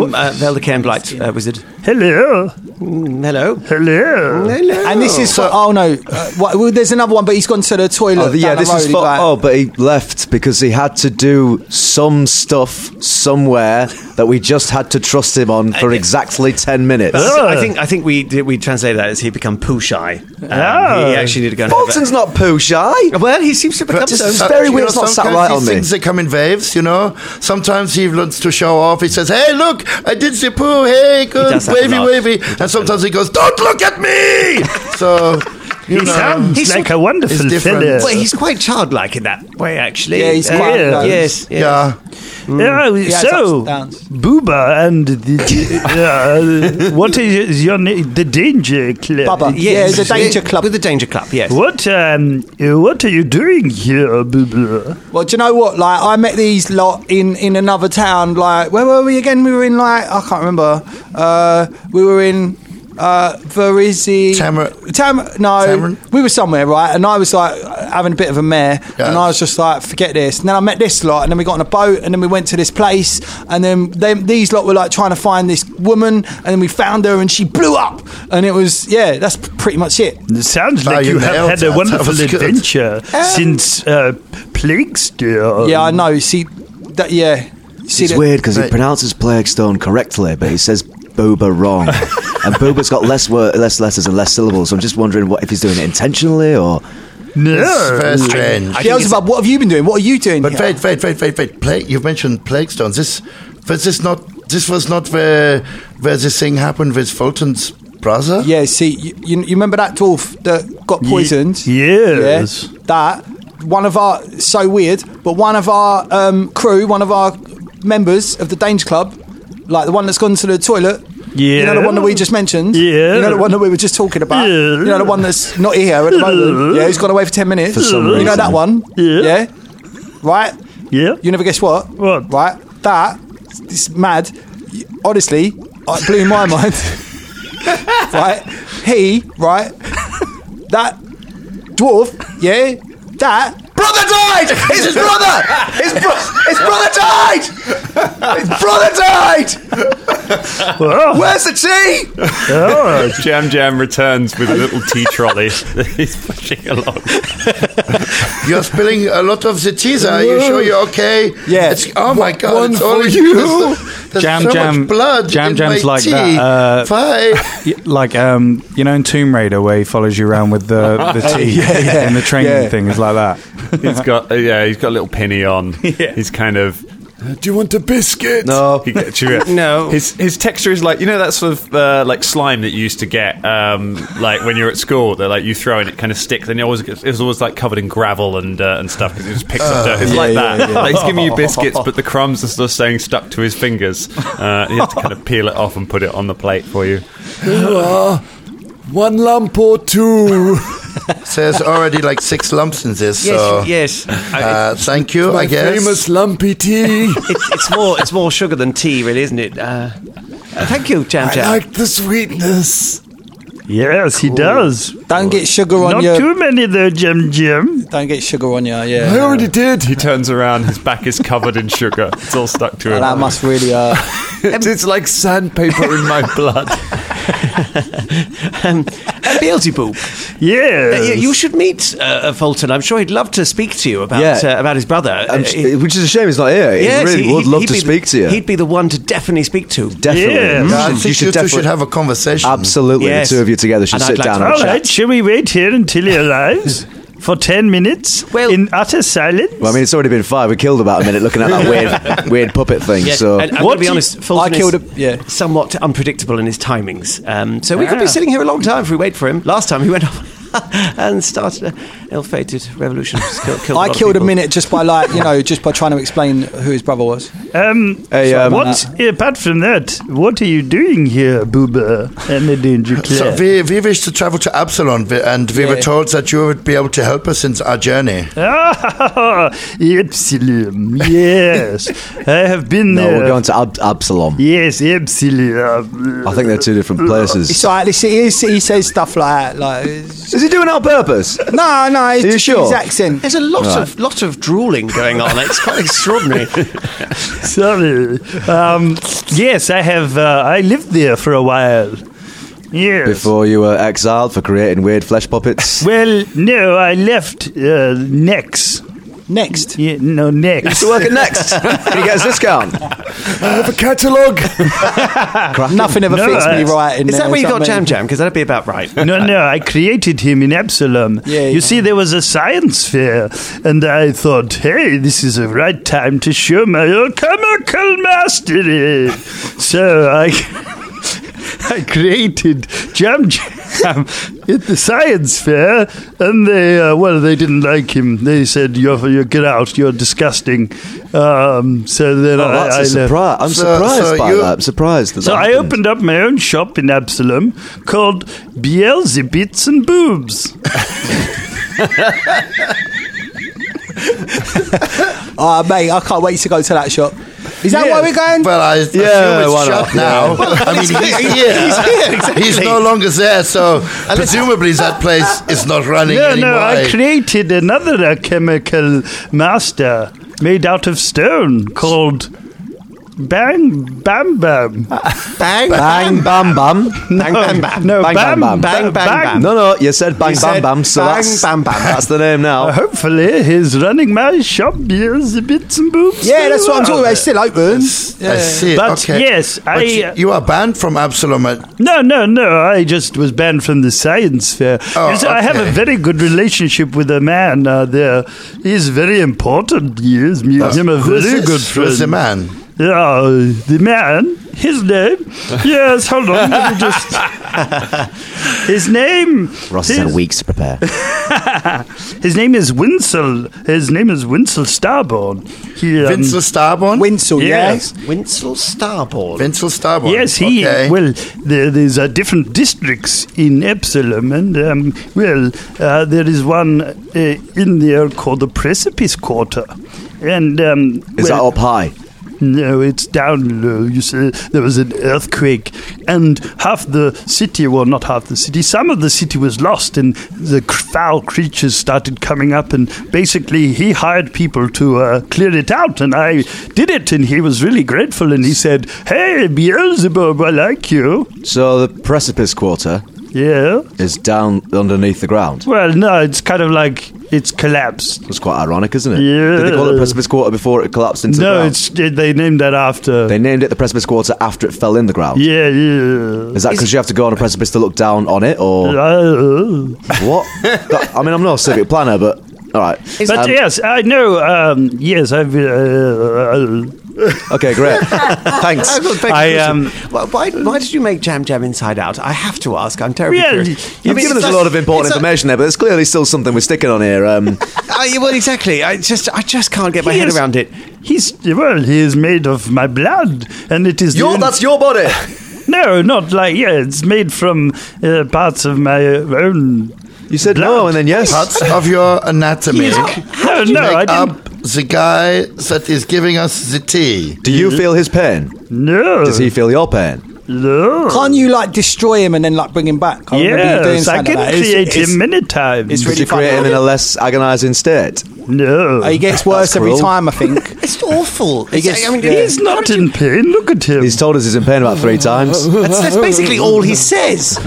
E: Uh, I'm uh, Velda Cairnblight, uh, wizard. Mm,
J: Hello.
E: Hello. Mm,
J: Hello.
E: Hello.
B: And this is for, oh no, uh, what, well, there's another one, but he's gone to the toilet.
H: Oh, the- yeah,
B: down the
H: this
B: road,
H: is
B: he's
H: for.
B: like-
H: Oh, but he left because he had to do some stuff somewhere that we just had to trust him on for exactly ten minutes.
E: So I think I think we did- we translate that as he become poo shy. Um, He actually did go. and have a-
H: Bolton's not poo shy.
E: Well, he seems to become
H: Just-
E: so.
H: it's very
D: you
H: weird.
D: know,
H: It's not sat
D: sometimes
H: right
D: these
H: on me.
D: Things they come in waves, you know. Sometimes he wants to show off. He says, "Hey, look, I did the poo. Hey, good,
E: does that a
D: wavy,
E: lot.
D: wavy." And sometimes he goes, "Don't look at
H: <laughs>
D: me." so you
J: He
D: know,
J: sounds
E: He's
J: like
E: sort-
J: a wonderful
D: it's different.
J: fella.
E: Well, he's quite childlike in that way, actually.
B: Yeah, he's quite-
J: yeah.
E: Yes. yes.
D: yeah.
J: Oh,
B: Yeah, it's
J: so,
B: ups and downs.
J: Booba and the, the, uh,
D: <laughs>
J: what is your name? The Danger Club.
B: Bubba. Yeah, it's a danger club.
E: With the danger club, yes.
J: What um, uh, what are you doing here, Booba?
B: Well, do you know what? Like, I met these lot in, in another town. Like, where were we again? We were in like I can't remember. Uh, we were in uh, Verizi.
D: Tamar-
B: Tam. No,
D: Tamarind?
B: we were somewhere right, and I was like having a bit of a mare, and I was just like, forget this. And then I met this lot, and then we got on a boat, and then we went to this place, and then they, these lot were like trying to find this woman, and then we found her, and she blew up, and it was yeah, that's pretty much it.
J: It sounds
D: Oh,
J: like
D: you
J: you have
D: nailed
J: had
D: that.
J: a
D: That
J: wonderful
D: was good.
J: adventure since uh, Plague Steer.
B: Um, Yeah, I know. See, that yeah. See,
H: It's
B: that-
H: weird because he
D: Right.
H: pronounces Plague Stone correctly, but he says Booba
E: <laughs>
H: wrong. and Booba's got less word, less letters and less syllables. So I'm just wondering what if he's doing it intentionally or.
D: It's
J: No.
D: very strange.
B: Yeah, I was about, what have you been doing? What are you doing?
D: But
B: here?
D: wait, wait, wait, wait, wait. Plague, you mentioned plague stones. This was this not. This was not where where this thing happened with Fulton's brother.
B: Yeah, see, you, you, you remember that dwarf that got poisoned?
J: yes.
B: Yeah, that. One of our, so weird, but one of our um, crew, one of our members of the Danger Club, like the one that's gone to the toilet. You know the
J: Yeah.
B: one that we just mentioned?
J: Yeah.
B: You know the one that we were just talking about?
J: Yeah.
B: You know the one that's not here at the moment?
J: Yeah.
B: Yeah, he's gone away for 10 minutes.
H: For some
B: you know
H: reason.
B: that one?
J: Yeah.
B: Right?
J: Yeah.
B: You never guess what?
J: What?
B: Right? That, it's mad. Honestly, uh, it blew my <laughs> mind. right? He, right? That dwarf, yeah? That.
D: Brother died! It's his brother! His, bro- his brother died! His brother died!
J: Oh,
D: Where's the tea?
J: oh,
C: <laughs> Jam Jam returns with a little tea trolley. that He's pushing along.
D: You're spilling a lot of the teas. Are you sure you're okay?
B: Yeah.
D: It's, oh my god,
B: One
D: it's
B: for
D: all
B: you.
D: There's, <laughs> there's
A: Jam
D: so
A: Jam-
D: much blood.
A: Jam
D: in
A: Jam's
D: my
A: like
D: tea.
A: that, uh,
D: Fine.
A: Y- like um, you know in Tomb Raider where he follows you around with the
B: <laughs>
A: the tea and the training
B: Yeah. <laughs>
A: thing is like that.
C: He's got uh, yeah, he's got a little penny on. He's kind of
I: Do you want a biscuit?
C: No, he gets you. no, his his texture is like you know that sort of uh, like slime that you used to get um, like when you're at school. That like you throw and it kind of sticks, and it always gets- it was always like covered in gravel and uh, and stuff because it just picks up
I: Oh,
C: dirt. It's
I: yeah,
C: like
I: yeah,
C: that.
I: yeah.
C: Like, he's giving you biscuits, but the crumbs are still staying stuck to his fingers. Uh, you have to kind of peel it off and put it on the plate for you.
I: Here are Uh, one lump or <laughs> two.
D: So <laughs> there's already like six lumps in this.
I: Yes,
D: so,
I: yes.
D: Uh, thank you. I guess.
I: lumpy <laughs> tea.
E: it's, it's more it's more sugar than tea, really, isn't it? Uh, uh, thank you, Jam
J: I
E: Jam.
J: like
I: the sweetness.
J: Yes, he does.
B: Don't get sugar on
J: Not
B: your-
J: too many there, Jim Jim.
B: Don't get sugar on you. Yeah.
C: I already did. He turns around. His back is covered in sugar. It's all stuck to him.
B: That must really uh, hurt.
I: it's, it's like sandpaper in my blood.
E: um,
G: <laughs>
E: uh, Beelzebub.
J: Yeah.
E: you, you should meet uh, uh, Fulton. I'm sure he'd love to speak to you about
G: Yeah.
E: uh, about his brother.
G: I'm
E: Uh,
G: sh-
E: he-
G: which is a shame he's not here. He
E: Yes,
G: really would
E: he'd-
G: love
E: he'd
G: to
E: be
G: speak
E: the,
G: to you.
E: He'd be the one to definitely speak to.
G: Definitely. Yeah.
D: Yeah, I think you two should have a conversation.
G: Absolutely,
E: Mm. Yes.
G: the two of you together should
E: And I'd
G: sit
E: like
G: down
E: to-
G: and
J: All
G: have a
J: right,
G: chat.
J: shall we wait here
G: <laughs>
J: until he arrives for 10 minutes in utter silence?
G: Well, I mean, it's already been five. We killed about a minute looking at that
E: <laughs>
G: weird, weird puppet thing.
E: Yeah,
G: so,
E: and I'm going to be honest, Fulton is
B: yeah.
E: somewhat unpredictable in his timings. Um, so we could be
G: Ah.
E: sitting here a long time if we wait for him. Last time he went off <laughs> and started an ill-fated revolution. Just Killed, killed
B: I
E: lot of
B: killed a
E: people.
B: minute just by like
E: <laughs>
B: you know just by trying to explain who his brother was.
J: Um,
B: Hey,
J: so
B: um,
J: what,
G: uh,
J: apart from that, what are you doing here, Booba and the Danger
G: <laughs>
D: So
J: Clan?
D: we, we wish to travel to Absalon, we- and we were
J: Yeah.
D: told that you would be able to help us in our journey.
J: Ah, <laughs> Epsilum,
G: <laughs>
J: yes. I have been
G: no,
J: there.
G: we're going to Ab- Absalom.
J: Yes, Epsilum.
G: I think they're two different places.
B: It's alright. listen, He, he says stuff like that. Like,
G: Is he doing it on
E: <laughs>
G: purpose?
B: no, no. It's
G: Are you
B: just
G: sure?
B: his accent.
E: There's a lot
G: Right.
E: of lot of drooling going on.
G: <laughs>
E: It's quite extraordinary.
J: Sorry. Um, yes, I have. Uh, I lived there for a while. Yes.
G: Before you were exiled for creating weird flesh puppets.
J: Well, no, I left uh, next.
B: Next?
J: Yeah, no, next.
G: used to work at Next. and you get a
J: <laughs>
G: discount.
I: I have a <laughs> catalogue.
B: Nothing ever fits me right in
J: Is that
B: there,
J: where you got
B: something.
J: Jam
E: Jam? Because that'd be about right.
J: no, no, I created him in Absalom.
B: Yeah,
J: you see, there was a science fair, and I thought, hey, this is the right time to show my alchemical mastery. so I, <laughs> I created Jam Jam at the science fair, and they, uh, well, they didn't like him. They said, you're, you get out, you're disgusting. Um, so then
G: Oh,
J: I,
G: that's a
J: I left.
G: surprise. I'm surprised by that. I'm surprised. That
J: So
G: that
J: I
G: happened.
J: opened up my own shop in Absalom called Beelzebits and Boobs.
B: Oh, mate, I can't wait to go to that shop. Is that where we're going?
D: Well, I,
B: Yeah,
D: yeah,
B: why
D: it's
B: not?
D: shut now.
B: Well,
J: <laughs>
D: I mean,
B: he's
D: he's
B: here.
D: here.
B: He's here, exactly.
D: He's no longer there, so presumably that place is not running
J: no,
D: anymore.
J: no, I created another uh, chemical master made out of stone called Bang Bam Bam.
B: Bang
G: Bang Bam Bam.
J: Bang Bam Bam. No,
G: bang, bam, bam, No, no, you said bang, bam,
J: You said
G: bam. So
J: bang,
G: that's,
J: bam, bam.
G: That's the name now.
J: Uh, hopefully, he's running my shop. Here's the bits and boobs.
B: Yeah, that's what I'm talking about. It's still open.
D: I see.
J: But
D: okay.
J: yes, I-
D: But
J: uh,
D: you, you are banned from Absalom. At,
J: No, no, no. I just was banned from the science fair.
D: Oh,
J: You see, I have a
D: okay.
J: very good relationship with a man uh, there. He's very important. Yes, me and
D: Uh,
J: him are
D: who is
J: very
D: this?
J: good
D: Who
J: friends.
D: is the man?
J: Yeah, Uh, the man. His name. yes, hold on. Let me
G: <laughs>
J: just. His name.
G: <laughs> Ross has
J: his,
G: had weeks to <laughs> prepare.
J: his name is Winsel. His name is Winsel Starborn. He, um,
D: Winsel Starborn?
B: Winsel,
J: yes.
E: Winsel Starboard.
D: Winsel Starborn.
J: Yes, he. Well, there, there's uh, different districts in Epsilon, and um, well, uh, there is one uh, in there called the Precipice Quarter, and um,
G: Is that
J: well,
G: up high?
J: No, it's down low. You see, there was an earthquake, and half the city, well, not half the city, some of the city was lost, and the c- foul creatures started coming up. And basically, he hired people to uh, clear it out, and I did it, and he was really grateful. And he said, Hey, Beelzebub, I like you.
G: So the precipice quarter
J: Yeah.
G: is down underneath the ground.
J: Well, no, it's kind of like it's collapsed.
G: That's quite ironic, isn't it?
J: Yeah.
G: Did they call it precipice quarter before it collapsed into the
J: No,
G: ground?
J: it's, they named that after.
G: They named it the precipice quarter after it fell in the ground.
J: Yeah, yeah.
G: Is that because you have to go on a
J: <laughs>
G: precipice to look down on it, or
J: Uh,
G: what? That- I mean, I'm not a civic planner, but
H: All right.
J: But
H: Um,
J: yes, I know. Um, yes, I've. Uh,
H: okay, great.
J: Thanks.
H: I,
E: I
H: um,
E: um. Why, why did you make Jam Jam Inside Out? I have to ask. I'm terribly
H: Yeah,
E: curious.
H: you've given us a lot of important information there, but there's clearly still something we're sticking on here. Um,
E: Uh, yeah, well, exactly. I just, I just can't get my head around it.
J: He's well. He is made of my blood, and it is
E: Your-
J: the-
E: that's your body.
J: no, not like yeah. It's made from uh, parts of my own.
H: You said
J: no,
H: and then yes.
D: Parts of your anatomy.
J: <laughs> No, no, I
D: make
J: didn't.
D: up the guy that is giving us the tea.
H: Do you feel his pain?
J: No.
H: Does he feel your pain?
J: No.
B: Can't you like destroy him and then like bring him back? I remember you doing
J: Yes, I
B: something
J: can
B: like that. It's-
J: create
B: it's-
J: him many times.
B: it's
H: Did
B: really
H: you
B: fun.
H: create him in a less agonising state?
J: No.
B: He gets worse
H: That's
B: every
H: cruel.
B: time, I think.
E: It's awful.
B: He gets-
J: he's not in pain. Look at him.
H: He's told us he's in pain about three times.
E: That's, that's basically all he <laughs> says.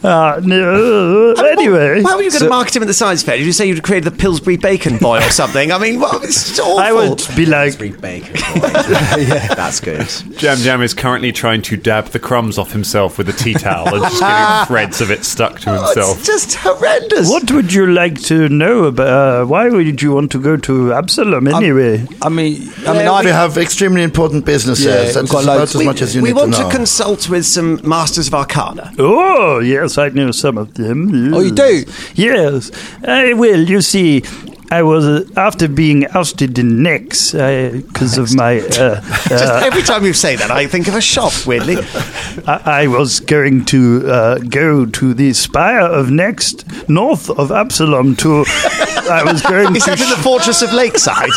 J: Uh, no. Anyway,
E: Why were you going to
J: So-
E: market him at the science fair? Did you say you'd created the Pillsbury bacon boy or something? I mean, well, it's awful.
J: I would be like
H: yeah, that's good.
C: Jam Jam is currently trying to dab the crumbs off himself with a tea towel and just getting
D: <laughs>
C: threads of it stuck to himself.
E: just horrendous.
J: What would you like to know about? Uh, why would you want to go to Absalom anyway?
B: I mean,
D: I mean, we have extremely important businesses. That's about as much as you
E: we
D: need
E: want
D: to know.
E: consult with some masters of arcana.
J: Oh yes, I know some of them.
E: Oh, you
J: do? Yes, I will. You see, I was uh, after being ousted in E Nex because of my. Uh,
E: Just
J: uh,
E: every time you say that, I think of a shop. Weirdly,
J: I, I was going to uh, go to the spire of Next, north of Absalom. To I was going
E: <laughs> Is
J: to
E: that in the fortress of
H: <laughs>
E: Lakeside?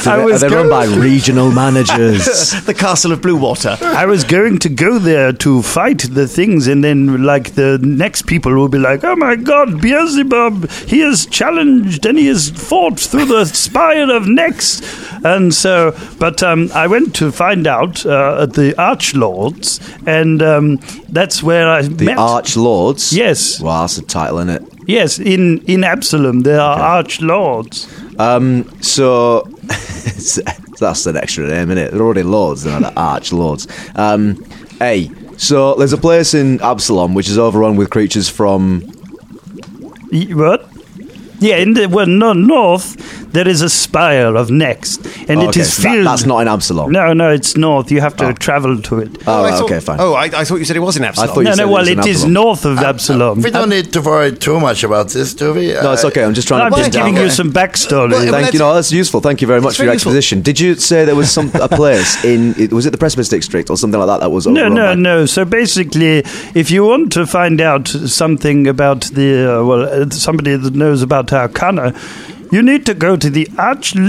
H: So they're, they're run by regional
E: <laughs>
H: managers.
E: the castle of Blue Water.
H: Oh,
J: I was going to go there to fight the things, and then like the next people will be like, "Oh my God, Beelzebub! He is challenged, and he has fought through the spire of Nex." And so, but um, I went to find out uh, at the Archlords, and um, that's where I
H: The
J: met.
H: Archlords?
J: Yes.
H: Wow, that's a title, innit?
J: yes, in in Absalom, there are Archlords.
H: Um, so <laughs> that's an extra name, innit? They're already lords, they're not arch lords. Um, hey, so there's a place in Absalom which is overrun with creatures from.
J: Y- What? Yeah, in the well, no, north there is a spire of next, and
H: Oh,
J: it
H: okay,
J: is
H: so that-
J: filled.
H: that's not in Absalom.
J: No, no, it's north. You have to travel to it.
H: Oh,
E: I
H: right,
E: thought-
H: okay, fine.
E: Oh, I, I thought you said it was in Absalom.
J: no, no. Well, it is north of Absalom.
D: We don't need to worry too much about this, do we? Uh,
H: No, it's okay. I'm just trying
J: uh, I'm
H: to pin
J: just
H: down.
J: giving you some backstory.
H: Thank you. No, that's useful. Thank you very much
J: It's
H: for your
J: very useful.
H: exposition. Did you say there was some a place in? It, was it the Precipice District or something like that? That was
J: No,
H: overrun
J: no,
H: by-
J: no. So basically, if you want to find out something about the uh, well, uh, somebody that knows about Arcana, you need to go to the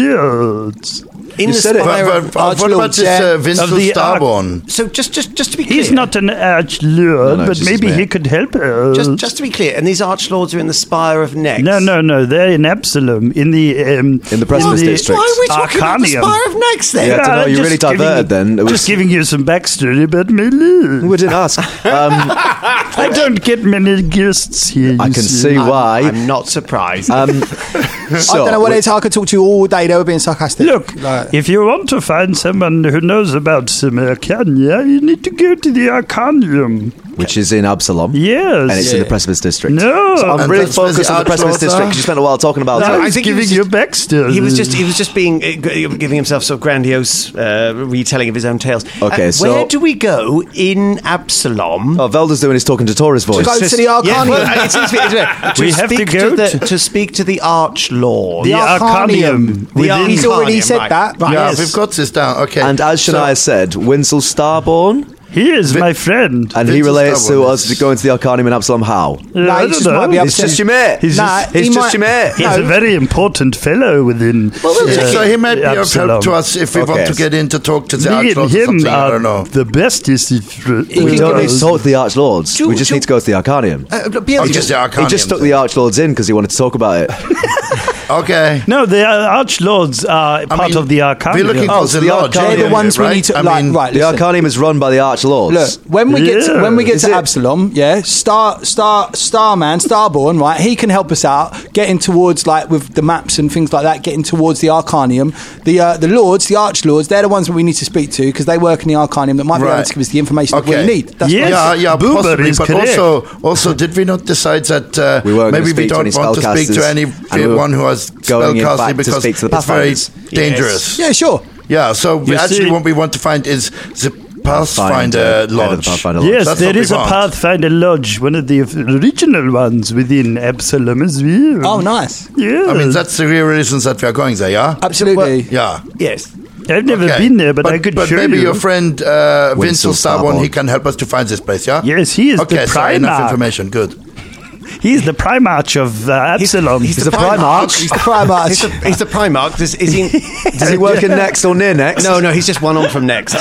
J: Archlords.
E: In You the said it. spire
D: But- but- but what about this, uh, Vincent
J: Of the Arc-
D: Starborn?
E: So just, just, just to be clear,
J: He's not an Archlord,
E: No, no,
J: but
E: just
J: maybe
E: his
J: he
E: mate.
J: could help uh, us.
E: Just, just to be clear, and these archlords are in the spire of Nex.
J: no, no, no. They're in Absalom, in the um, in the
H: Precipice District.
B: Oh,
E: Why are we talking about the
J: Arcanium.
E: spire of Nex then?
H: Yeah, I don't know, you really
J: just giving-
H: diverted then. It was-
J: Just
H: <laughs>
J: giving you some backstory about me. We
H: didn't ask. Um,
J: I don't get many guests here.
H: I can see why. I'm
E: not surprised.
H: Um,
B: I don't know what
J: So,
B: it is. I could talk to you all day. They were being sarcastic.
J: Look, if you want to find someone who knows about some Arcania, you need to go to the Arcanium.
H: which is in Absalom.
J: Yes,
H: and it's in the Precipice District.
J: No,
H: So um, I'm really focused on the Precipice District. 'cause You spent a while talking about
J: No,
H: it.
J: I was giving you backstory.
E: He was just he was just being uh, g- giving himself sort of grandiose uh, retelling of his own tales.
H: Okay,
E: Uh,
H: so-
E: where do we go in Absalom?
H: Oh, Velda's doing his talking to Tora's voice.
E: Yeah,
B: <laughs>
E: well, it's- it's- it's-
H: Uh, We have to
E: speak
H: go
E: the,
H: to-
E: to speak to the Archlord.
H: The Arcanium.
E: The
H: Within- He's already
E: Arcanium,
H: said
E: right.
H: that, right.
D: Yeah,
H: Yes.
D: we've got this down. Okay.
H: And as
D: So-
H: Shania said, Winsel Starborn.
J: He is my friend.
H: And he
D: Winsel
H: relates to
D: Starborn
H: us to going to the Arcanum in Absalom how?
J: No, I don't
H: he's just,
J: know.
H: your mate. He's just, he's just your mate.
J: He's a very important fellow within. uh,
D: so he might be of help
J: Absalom.
D: to us if we want to get in to talk to the
J: Me and
D: Archlords or
J: him
D: something. I
J: are
D: don't know.
J: the best is if uh,
H: We don't need
J: us.
H: to talk to the Archlords. we just need to go to the Arcanium.
E: Uh,
D: Oh, just the
H: he
D: Arcanium.
H: just stuck the Archlords in because he wanted to talk about it.
D: Okay.
J: No, the uh, Archlords are part
D: mean,
J: of the Arcanium.
D: we're looking
J: oh,
D: for the
J: Arcanium,
D: Lodge, They're the ones we need to-
J: I
D: like,
J: mean-
B: right,
H: the Arcanium is run by the Archlords.
B: Look, when we get to, when we get to Absalom, yeah, Star Star Starman, Starborn, right? He can help us out getting towards like with the maps and things like that, getting towards the Arcanium. The uh, the Lords, the Archlords, they're the ones that we need to speak to because they work in the Arcanium that might be able
D: Right.
B: to give us the information that we need. That's what
D: yeah,
B: I'm
D: yeah,
B: saying.
D: possibly, but also, also, did we not decide that uh,
H: We weren't gonna
D: maybe we
H: speak to
D: don't
H: any
D: want to speak to
H: spellcasters, and we were
D: anyone who has
H: going in back
D: spellcasting
H: to
D: because
H: speak to the
D: it's very
H: Pathfinders. Yes.
D: dangerous?
B: Yeah, sure.
D: Yeah, so we
J: You
D: actually,
J: see-
D: what we want to find is the Pathfinder Lodge.
J: Yes,
D: That's what
J: there
D: we
J: is a
D: want.
J: Pathfinder Lodge, one of the original ones within Absalom as well.
B: Oh, nice.
J: Yeah.
D: I mean, that's the real reasons that we are going there, yeah?
B: Absolutely.
D: yeah.
J: Yes. I've never been there, but I could
D: But
J: show
D: maybe
J: you.
D: your friend uh,
J: Winsel
D: Vincent Starborn,
J: Starborn.
D: he can help us to find this place, yeah?
J: Yes, he is
D: Okay,
J: the
D: so enough
J: Primarch.
D: information, good.
J: He's the Primarch of uh, Absalom. He's,
D: the
B: <laughs>
D: Primarch.
J: He's
D: the
B: Primarch.
E: He's the, he's the Primarch. Does, is
B: <laughs>
E: he,
H: Does
E: <laughs>
H: he work in Next or near Next?
E: No, no, he's just one on from
B: <laughs>
E: Next.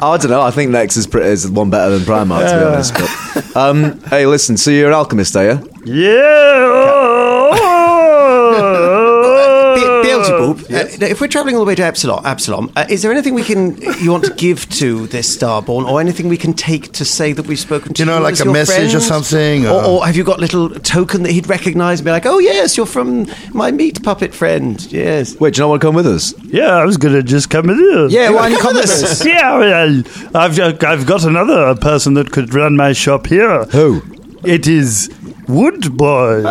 H: I don't know. I think Nex is, pretty, is one better than Primark, to be
J: Yeah.
H: honest. But, um, hey, listen. So you're an alchemist, are you?
E: Be-
B: Oh.
E: Beelzebub, uh, if we're travelling all the way to Absalom, Absalom uh, is there anything we can you want to give to this Starborn, or anything we can take to say that we've spoken to
D: You know, like
E: as
D: a
E: your
D: message or
E: friend?
D: something, uh,
E: Or,
D: or-
E: or have you got little token that he'd recognise and be like, "Oh yes, you're from my meat puppet friend." Yes.
H: Wait, do you not want to come with us?
J: Yeah, I was gonna just come with you.
B: Yeah, why don't you come with <laughs>
J: <laughs>
B: us?
J: yeah, well, I've I've got another person that could run my shop here.
H: Who?
J: It is Wood Boy.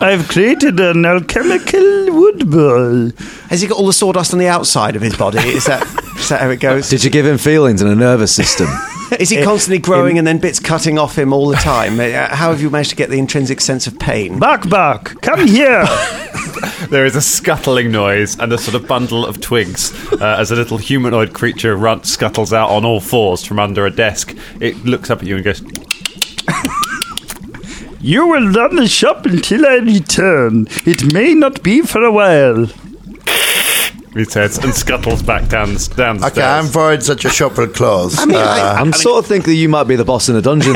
J: I've created an alchemical wood boy.
E: Has he got all the sawdust on the outside of his body? Is that is that how it goes?
H: Did you give him feelings and a nervous system?
B: Uh,
E: Is <laughs> he constantly growing and then bits cutting off him all the <laughs> time? Uh, How have you managed to get the intrinsic sense of pain?
J: Bark, bark, come here.
C: There is a scuttling noise and a sort of bundle of twigs uh, as a little humanoid creature runt scuttles out on all fours from under a desk. It looks up at you and goes,
J: You will run the shop until I return. It may not be for a while.
C: he says, and scuttles back down, down the
D: Okay, I'm worried that your shop will close.
H: I mean, I-
D: Uh,
H: I'm sort of thinking that you might be the boss in a
B: <laughs>
H: dungeon.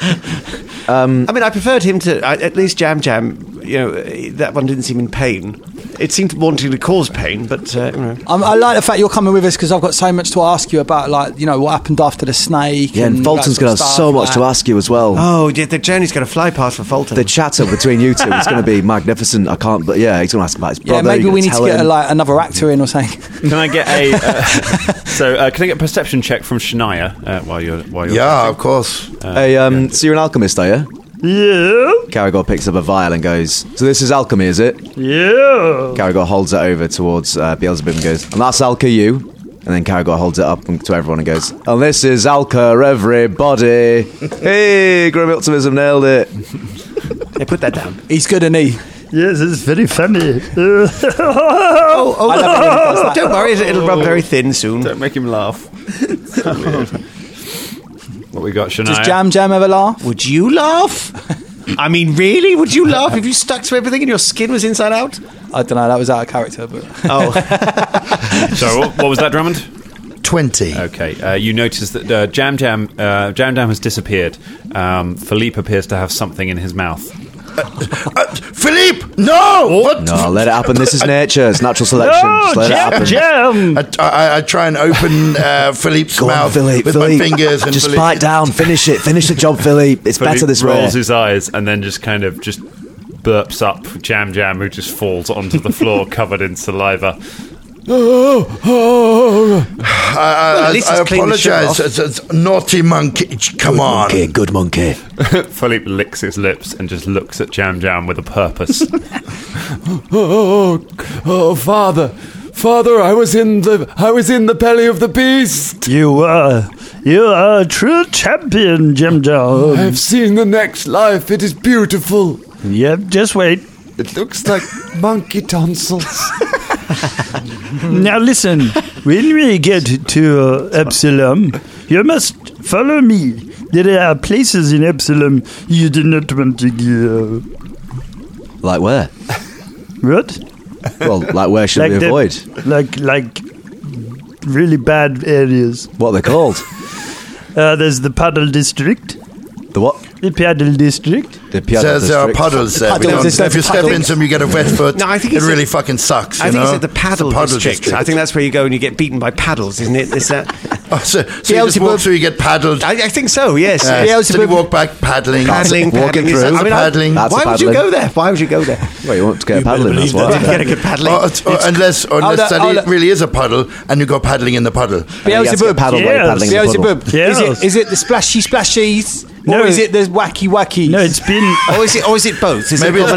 E: I mean, I preferred him to I, at least Jam Jam. You know, uh, that one didn't seem in pain. It seemed wanting to cause pain, but uh, you know.
B: I'm, I like the fact you're coming with us because I've got so much to ask you about, like you know what happened after the snake.
H: yeah, and Fulton's going to have so much to ask you as well.
E: Oh, yeah, the journey's going to fly past for Fulton.
H: The chatter between you two is going to
B: <laughs>
H: be magnificent. I can't. But yeah, he's going to ask about his
B: Yeah,
H: brother.
B: maybe
H: you're
B: we
H: gonna
B: need to
H: tell
B: get
H: him.
B: like another actor in or something. <laughs>
C: Can I get a
D: <laughs>
C: uh, so? Uh, can I get a perception check from Shania uh, while you're while you're?
D: yeah, of course.
H: Hey, um, so you're an alchemist, are you?
J: Yeah,
H: Caragor picks up a vial and goes, "So this is alchemy, is it?"
J: yeah.
H: Caragor holds it over towards uh, Beelzebub and goes, "And that's Alka, you." And then Caragor holds it up to everyone and goes, "And this is Alka,
B: <laughs>
H: everybody." hey, Grim Optimism nailed it.
E: They put that <laughs> down.
B: He's good, and he.
J: Yes, it's very funny. <laughs>
E: Oh, <laughs> oh, don't worry, it- it'll rub very thin soon.
C: Don't make him
H: <laughs>
C: laugh. what we got, Shania?
B: Does Jam Jam ever laugh?
E: Would you laugh? <laughs> I mean, really? Would you laugh if you stuck to everything and your skin was inside out?
B: I don't know. That was out of
H: <laughs>
B: character, but
E: Oh,
C: <laughs> Sorry, what, what was that, Drummond?
D: 20.
C: Okay, uh, you notice that uh, Jam Jam uh, Jam Jam has disappeared. Um, Philippe appears to have something in his mouth.
D: Philippe, no! What?
H: Oh, No, let it happen. This is nature. It's natural selection. Just let it happen.
J: Jam.
D: I, I, I try and open uh, Philippe's
H: <laughs> Go on,
D: mouth
H: Philippe.
D: with
H: Philippe.
D: my fingers and
H: just
D: Philippe-
H: bite down. Finish it. Finish the job, Philippe. It's
C: Philippe
H: better this way.
C: rolls his eyes and then just kind of just burps up Jam Jam, who just falls onto the
H: <laughs>
C: floor covered in saliva.
D: I, I,
E: at least
D: I
E: it's cleaned the shit
D: apologize.
E: off.
D: It's, it's naughty monkey. Come on.
H: Monkey, good monkey.
C: Philippe licks his lips and just looks at Jam Jam with a purpose.
I: Oh, oh, oh, father, father! I was in the I was in the belly of the beast.
J: You are, you are a true champion, Jim
I: I have
J: Jones.
I: seen the next life. It is beautiful.
J: Yep, just wait.
I: It looks like monkey <laughs> tonsils.
J: Now listen, when we get to uh, Epsilon, you must follow me. There are places in Epsilon you do not want to go.
H: Like where?
J: What?
H: Well, like where should we
J: the-
H: avoid?
J: Like, like really bad areas.
H: What are they called?
J: Uh, there's the Puddle District.
H: The what?
J: The Puddle District.
H: The
D: Says uh, there are puddles there. We don't- if you step into them, you get a wet foot.
E: No, I think
D: it
E: it's-
D: really fucking sucks.
E: I
D: you
E: think it's
D: know?
E: at the
D: It's a
E: paddle, district. I think that's where you go and you get beaten by paddles, isn't it? It's that. <laughs>
D: oh, so so you just walk through, you get paddled.
E: I, I think so. Yes.
D: Yeah.
E: Yes.
D: So you walk back paddling,
E: Paddling,
D: walking
E: paddling, is that-
D: through,
E: I mean, I-
D: paddling.
E: Why would you go there? Why would you go there?
H: Well, you want to go paddling, that's why.
E: <laughs> Get a good paddling.
D: Or- or- unless or unless
E: Hold on,
D: that
E: hold
D: it really is a puddle and you go paddling in the puddle.
B: Beelzebub. Yes. Beelzebub.
D: Yes.
B: Is, it, is it the splashy splashies? Or
D: No.
B: is it the wacky wacky? No, it's
J: been.
E: or is it? Or is it both? Is
B: Maybe
E: it a
B: it's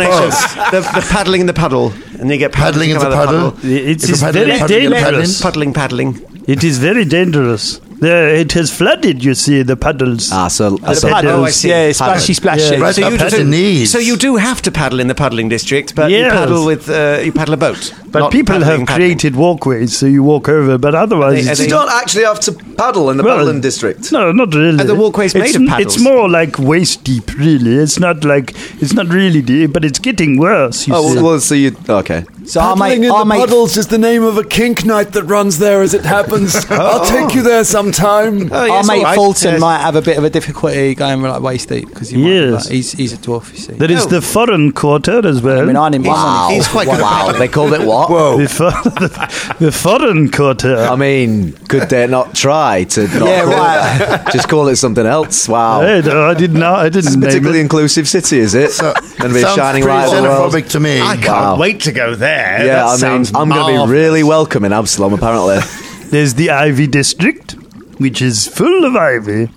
E: combination
B: both.
E: of the, the paddling and the puddle, and you get
D: Paddling
E: and
D: into puddle. It's- If it's you're paddling, very paddling and dangerous.
E: Paddling, paddling.
J: It is very dangerous. There, it has flooded, you see, the puddles.
H: Ah, so
E: The paddle,
J: Yeah,
E: so, you
J: do-
E: do, so you do have to paddle in the paddling district, but
J: Yes.
E: you paddle with uh, you paddle a boat.
J: But
E: not
J: people
E: paddling,
J: have
E: paddling.
J: created walkways, so you walk over. But otherwise,
E: They-
J: it's
E: they-
J: not.
H: actually have to paddle in the
J: Well,
H: paddling district.
J: No, not really.
H: And the walkway's
J: it's,
H: made of
J: n-
H: paddles.
J: It's more like waist deep, really. It's not like it's not really deep, but it's getting worse. You
H: Oh,
J: see.
H: well, well, so you. Okay.
B: So
I: Paddling in the puddles is the name of a kink night that runs there as it <laughs> happens. I'll take you there <laughs> sometime.
B: Our mate Fulton might have a bit of a difficulty going like waist deep because he might be like- he's he's a dwarf. You see,
J: There is the foreign quarter as well.
B: I mean, I didn't mind Wow. it. He's quite good at Wow. paddling. They called it what?
H: Whoa.
J: The, fo- <laughs> the, the foreign quarter.
H: I mean, could they not try to? Not
J: Yeah,
H: call it
J: right.
H: that? Just call it something else. Wow.
J: Hey, no, I didn't know. I
H: It's <laughs>
J: didn't
H: a
J: name
H: particularly
J: it.
H: inclusive city, is it? Going to be a shining light on the world.
K: I can't wait to go
G: <laughs>
K: there.
H: Yeah,
K: That
H: I mean,
K: sounds
H: I'm going to be
K: marvellous.
H: really welcome in Absalom,
K: <laughs>
H: apparently.
J: There's the ivy district, which is full of ivy,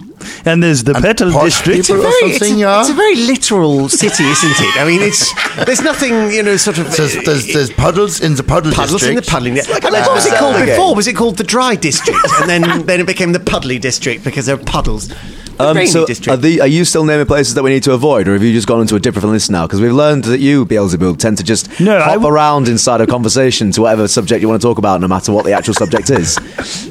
J: and there's the petal district.
E: It's a, very, it's, a, it's a very literal city, isn't it? I mean, it's there's nothing you know, sort of.
D: There's, there's, there's puddles in the puddle
E: Puddles in the
D: district.
E: puddling. I mean, what was it called before? Was it called the dry district? And
D: <laughs>
E: then, then it became the puddly district because there are puddles. The
H: Um,
E: rainy
H: so
E: district.
H: are, the, are you still naming places that we need to avoid, or have you just gone into a different list now? Because we've learned that you, Beelzebub, tend to just hop around inside a conversation to whatever subject you want to talk about, no matter what the actual subject
K: <laughs>
H: is.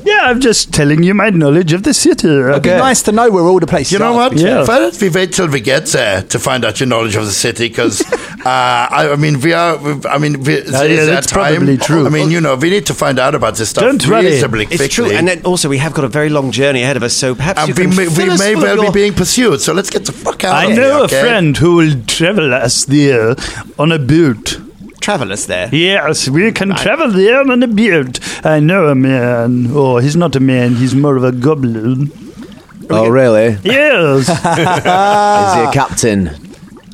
J: Yeah, I'm just telling you my knowledge of the city. It'd
D: be nice
B: to know where all the places.
D: You know what?
J: Yeah.
D: First, we wait till we get there to find out your knowledge of the city, because <laughs> uh, I, I mean, we are. we- I mean, we,
J: yeah,
D: it's
J: that's
D: that time.
J: probably true.
D: I mean, you know, we need to find out about this stuff reasonably quickly.
E: It's true, and then also we have got a very long journey ahead of us. So perhaps you
D: and we
E: can
D: may, we
E: fill us
D: may
E: full of
D: well
E: your-
D: be being pursued. So let's get the fuck out.
J: I
D: of
J: know
D: here,
J: a
D: okay?
J: friend who will travel us there on a boat.
E: Travel us there?
J: Yes, we can travel there on a boat. I know a man. Oh, he's not a man, he's more of a goblin.
H: oh, really?
J: Yes.
K: Ah.
H: Is he a captain?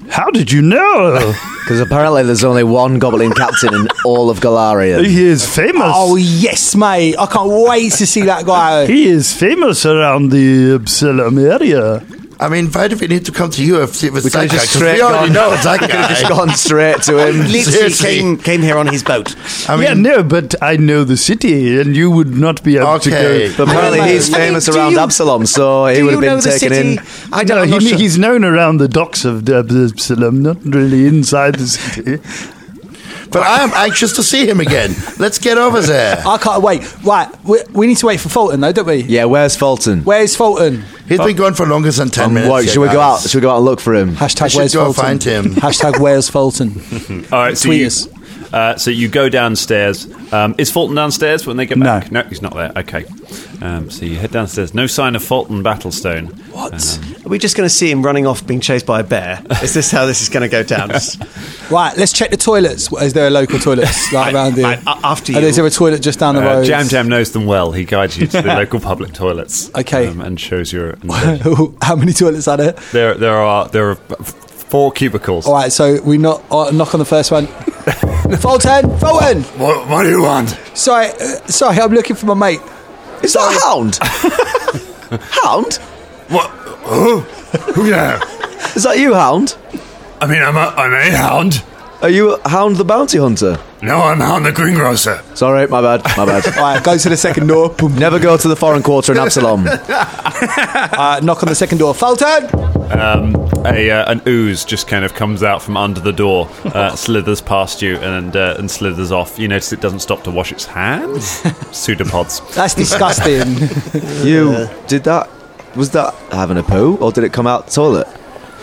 J: How did you know?
H: Because apparently there's only one goblin captain in all of Galarian.
J: He is famous.
B: Oh yes, mate! I can't wait to see that
D: <laughs>
B: guy.
J: He is famous around the Absalom area.
D: I mean, why do we need to come to you if it was
H: We
D: that
H: could've
D: guy?
H: just
D: 'Cause
H: straight
D: we already
H: gone-
D: know that
H: <laughs> we could've
D: guy.
H: just gone straight to him.
D: <laughs>
E: Literally
D: Seriously.
E: came, came here
D: <laughs>
E: on his boat.
D: I
J: yeah,
D: mean-
J: no, but I know the city, and you would not be able
H: Okay.
J: to go.
H: But apparently he's famous around Absalom, so he would have been taken in.
J: I don't know. He, He's known around the docks of Dab- Absalom, not really inside the city.
D: But I am anxious to see him again. Let's get
H: <laughs>
D: over there.
B: I can't wait. Right, we, we need to wait for Fulton though, don't we?
H: Yeah, where's Fulton?
B: Where's Fulton?
D: He's been gone for longer than 10
H: Um,
D: minutes.
H: wait,
D: here,
H: Uh, should we go out?
D: guys.
H: Should we go out and look for him?
B: Hashtag
D: We should
B: where's
D: go
B: Fulton?
D: find him.
B: <laughs> Hashtag where's
D: <laughs>
B: Fulton?
C: All right, so
B: Tweet
C: you,
B: us.
C: uh, so you go downstairs. Um, is Fulton downstairs when they get back? No, he's not there. Okay. Um, so you head downstairs. No sign of Fulton Battlestone. What?
E: Are we just going to see him running off being chased by a bear? Is this how this is going to go
D: <laughs>
E: down?
B: Right, let's check the toilets. Is there a local
D: <laughs>
B: toilets like around here?
E: after
B: Oh, is there a toilet just down the
C: Uh,
B: road?
C: Jam Jam knows them well. He guides you to the local public toilets.
B: Okay.
C: um, and shows you. and
B: <laughs> How many toilets are there?
C: there, there are there are four cubicles.
B: All right, so we knock, uh, knock on the first
D: <laughs>
B: one. Fulton, Fulton.
K: What, what do you want?
B: Sorry, uh, sorry, I'm looking for my
D: <laughs>
B: mate.
H: Is that a hound? hound?
K: What? Who? Who can I
H: Is that you, hound?
K: I mean, I'm a, I'm a hound.
H: Are you Hound the Bounty Hunter?
K: No, I'm Hound the Greengrocer.
H: Sorry, my bad, my
D: <laughs>
H: bad.
B: All right, go to the second door. Boom.
H: Never go to the foreign quarter in
D: <laughs>
H: Absalom.
B: Uh, knock on the second door. Fulton.
C: Um, a uh, an ooze just kind of comes out from under the door, uh, slithers past you, and uh, and slithers off. You notice it doesn't stop to wash its hands. Pseudopods.
B: That's disgusting.
H: You did that? Was that having a poo, or did it come out the toilet?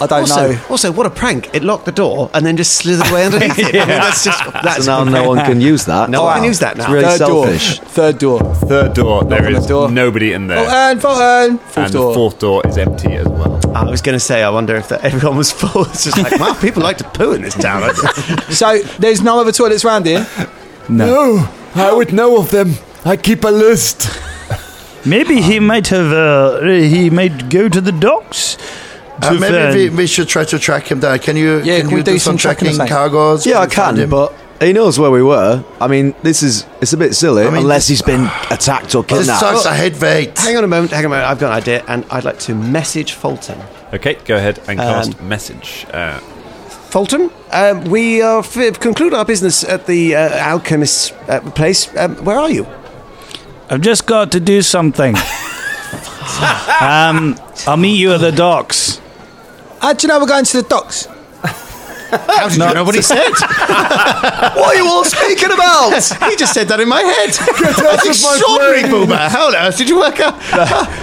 B: I don't
E: also,
B: know.
E: Also, what a prank! It locked the door and then just slithered away underneath
D: <laughs>
E: it. I mean, that's just that's
H: so now no one can use that.
E: No one can use that now.
H: It's really
E: Third door.
H: selfish.
B: Third door.
C: Third door. There is nobody in there.
B: Oh, and for and
C: and the fourth door is empty as well.
E: I was going to say, I wonder if that everyone was full. <laughs> It's just like, wow, people like to poo in this
D: <laughs>
E: town.
B: so there's no other toilets round here.
I: No, I would know of them. I keep a list.
J: Maybe he might have. Uh, he might go to the docks.
D: Uh,
J: to find-
D: maybe we, we should try to track him down. Can you?
J: Yeah,
D: can,
J: can
D: you
J: we
D: do,
J: do
D: some
J: some tracking
D: tracking,
J: or something?
D: cargoes?
H: Yeah, I
D: Can you find
H: can,
D: him?
H: but he knows where we were. I mean, this is it's a bit silly
D: mean,
H: unless he's been attacked or kidnapped.
E: headbait. Hang on a moment, hang on a moment. I've got an idea, and I'd like to message Fulton.
C: Okay, go ahead and cast
E: Um,
C: message. Uh,
E: Fulton, um, we are f- conclude our business at the uh, alchemist's uh, place. Um, where are you?
A: I've just got to do something. um, I'll meet you at the docks.
B: How Uh, do you know we're going to the docks?
E: How did you know what he said? what are you all speaking about? He just said that in my
H: <laughs>
E: head. That's extraordinary, Boomer. How on earth did you
H: <laughs>
E: work out?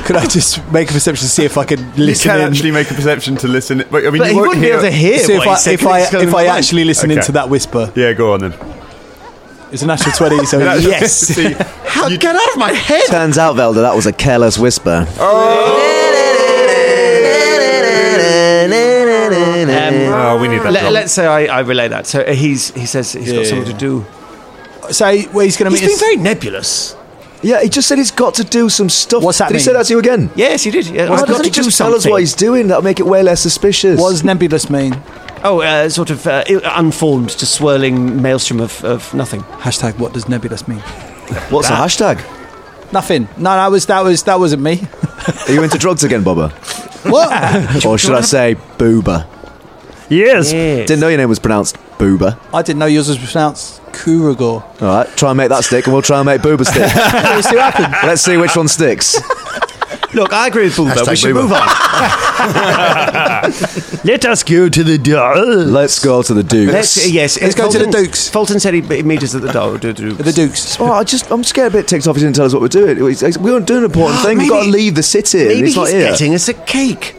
G: Could I just make a perception to see if I could listen
L: can
G: in?
L: actually make a perception to listen. But, I mean,
G: But
L: you
G: he
L: won't
G: wouldn't be able to hear
L: See
G: what he said,
L: if
G: could
L: I,
G: he
L: if
G: just
L: I,
G: go
L: if
G: on
L: I
G: the phone?
L: actually listen
G: Okay.
L: into that whisper. Yeah, go on then.
G: It's a natural 20, so
C: <laughs>
G: yes.
E: How, get out of my head!
H: <laughs> Turns out, Velda, that was a careless whisper.
E: oh,
C: we need
H: that drum.
E: Let, us say I, I relay that. So uh, he's he says he's got
H: Yeah.
E: something to do.
B: <laughs> So where he's going
E: to meet? He's been very nebulous.
H: Yeah, he just said he's got to do some stuff. What's
B: that
H: Did he
B: mean?
H: say that to you again?
E: Yes, he did. Yeah,
H: Why
E: I've got
H: doesn't he
E: to do
H: just tell us what
E: something.
H: he's doing? That'll make it way less suspicious.
B: What does nebulous mean?
E: Oh, uh, sort of uh, ill- unformed, just swirling maelstrom of, of nothing.
B: Hashtag what does nebulous mean?
H: What's the
E: That-
H: hashtag?
B: Nothing. No, that was that was that wasn't me.
H: Are you into drugs again, Bobber?
B: What?
H: or should I say, Booba?
J: Yes.
H: Didn't know your name was pronounced Booba.
B: I didn't know yours was pronounced Kuragor.
H: All right, try and make that stick, and we'll try and make Booba stick.
B: Let's see what happens.
H: Let's see which one sticks.
E: Look, I agree with
J: Hashtag
E: Bulba. We should
J: Booba.
E: move on.
J: Let us go to the docks.
H: Let's go to the Dukes.
E: Let's, uh, yes,
H: Let's go to the
E: Dukes. Fulton said he'd meet us at the do- do- do-
B: The Dukes.
H: Oh, I just, I'm just getting a bit ticked off. He didn't tell us what we're doing. He's- he's- We aren't doing an important thing. We've got to
E: Maybe-
H: leave the city. and
E: Maybe
H: he's
E: he's,
H: not here.
E: getting us a cake.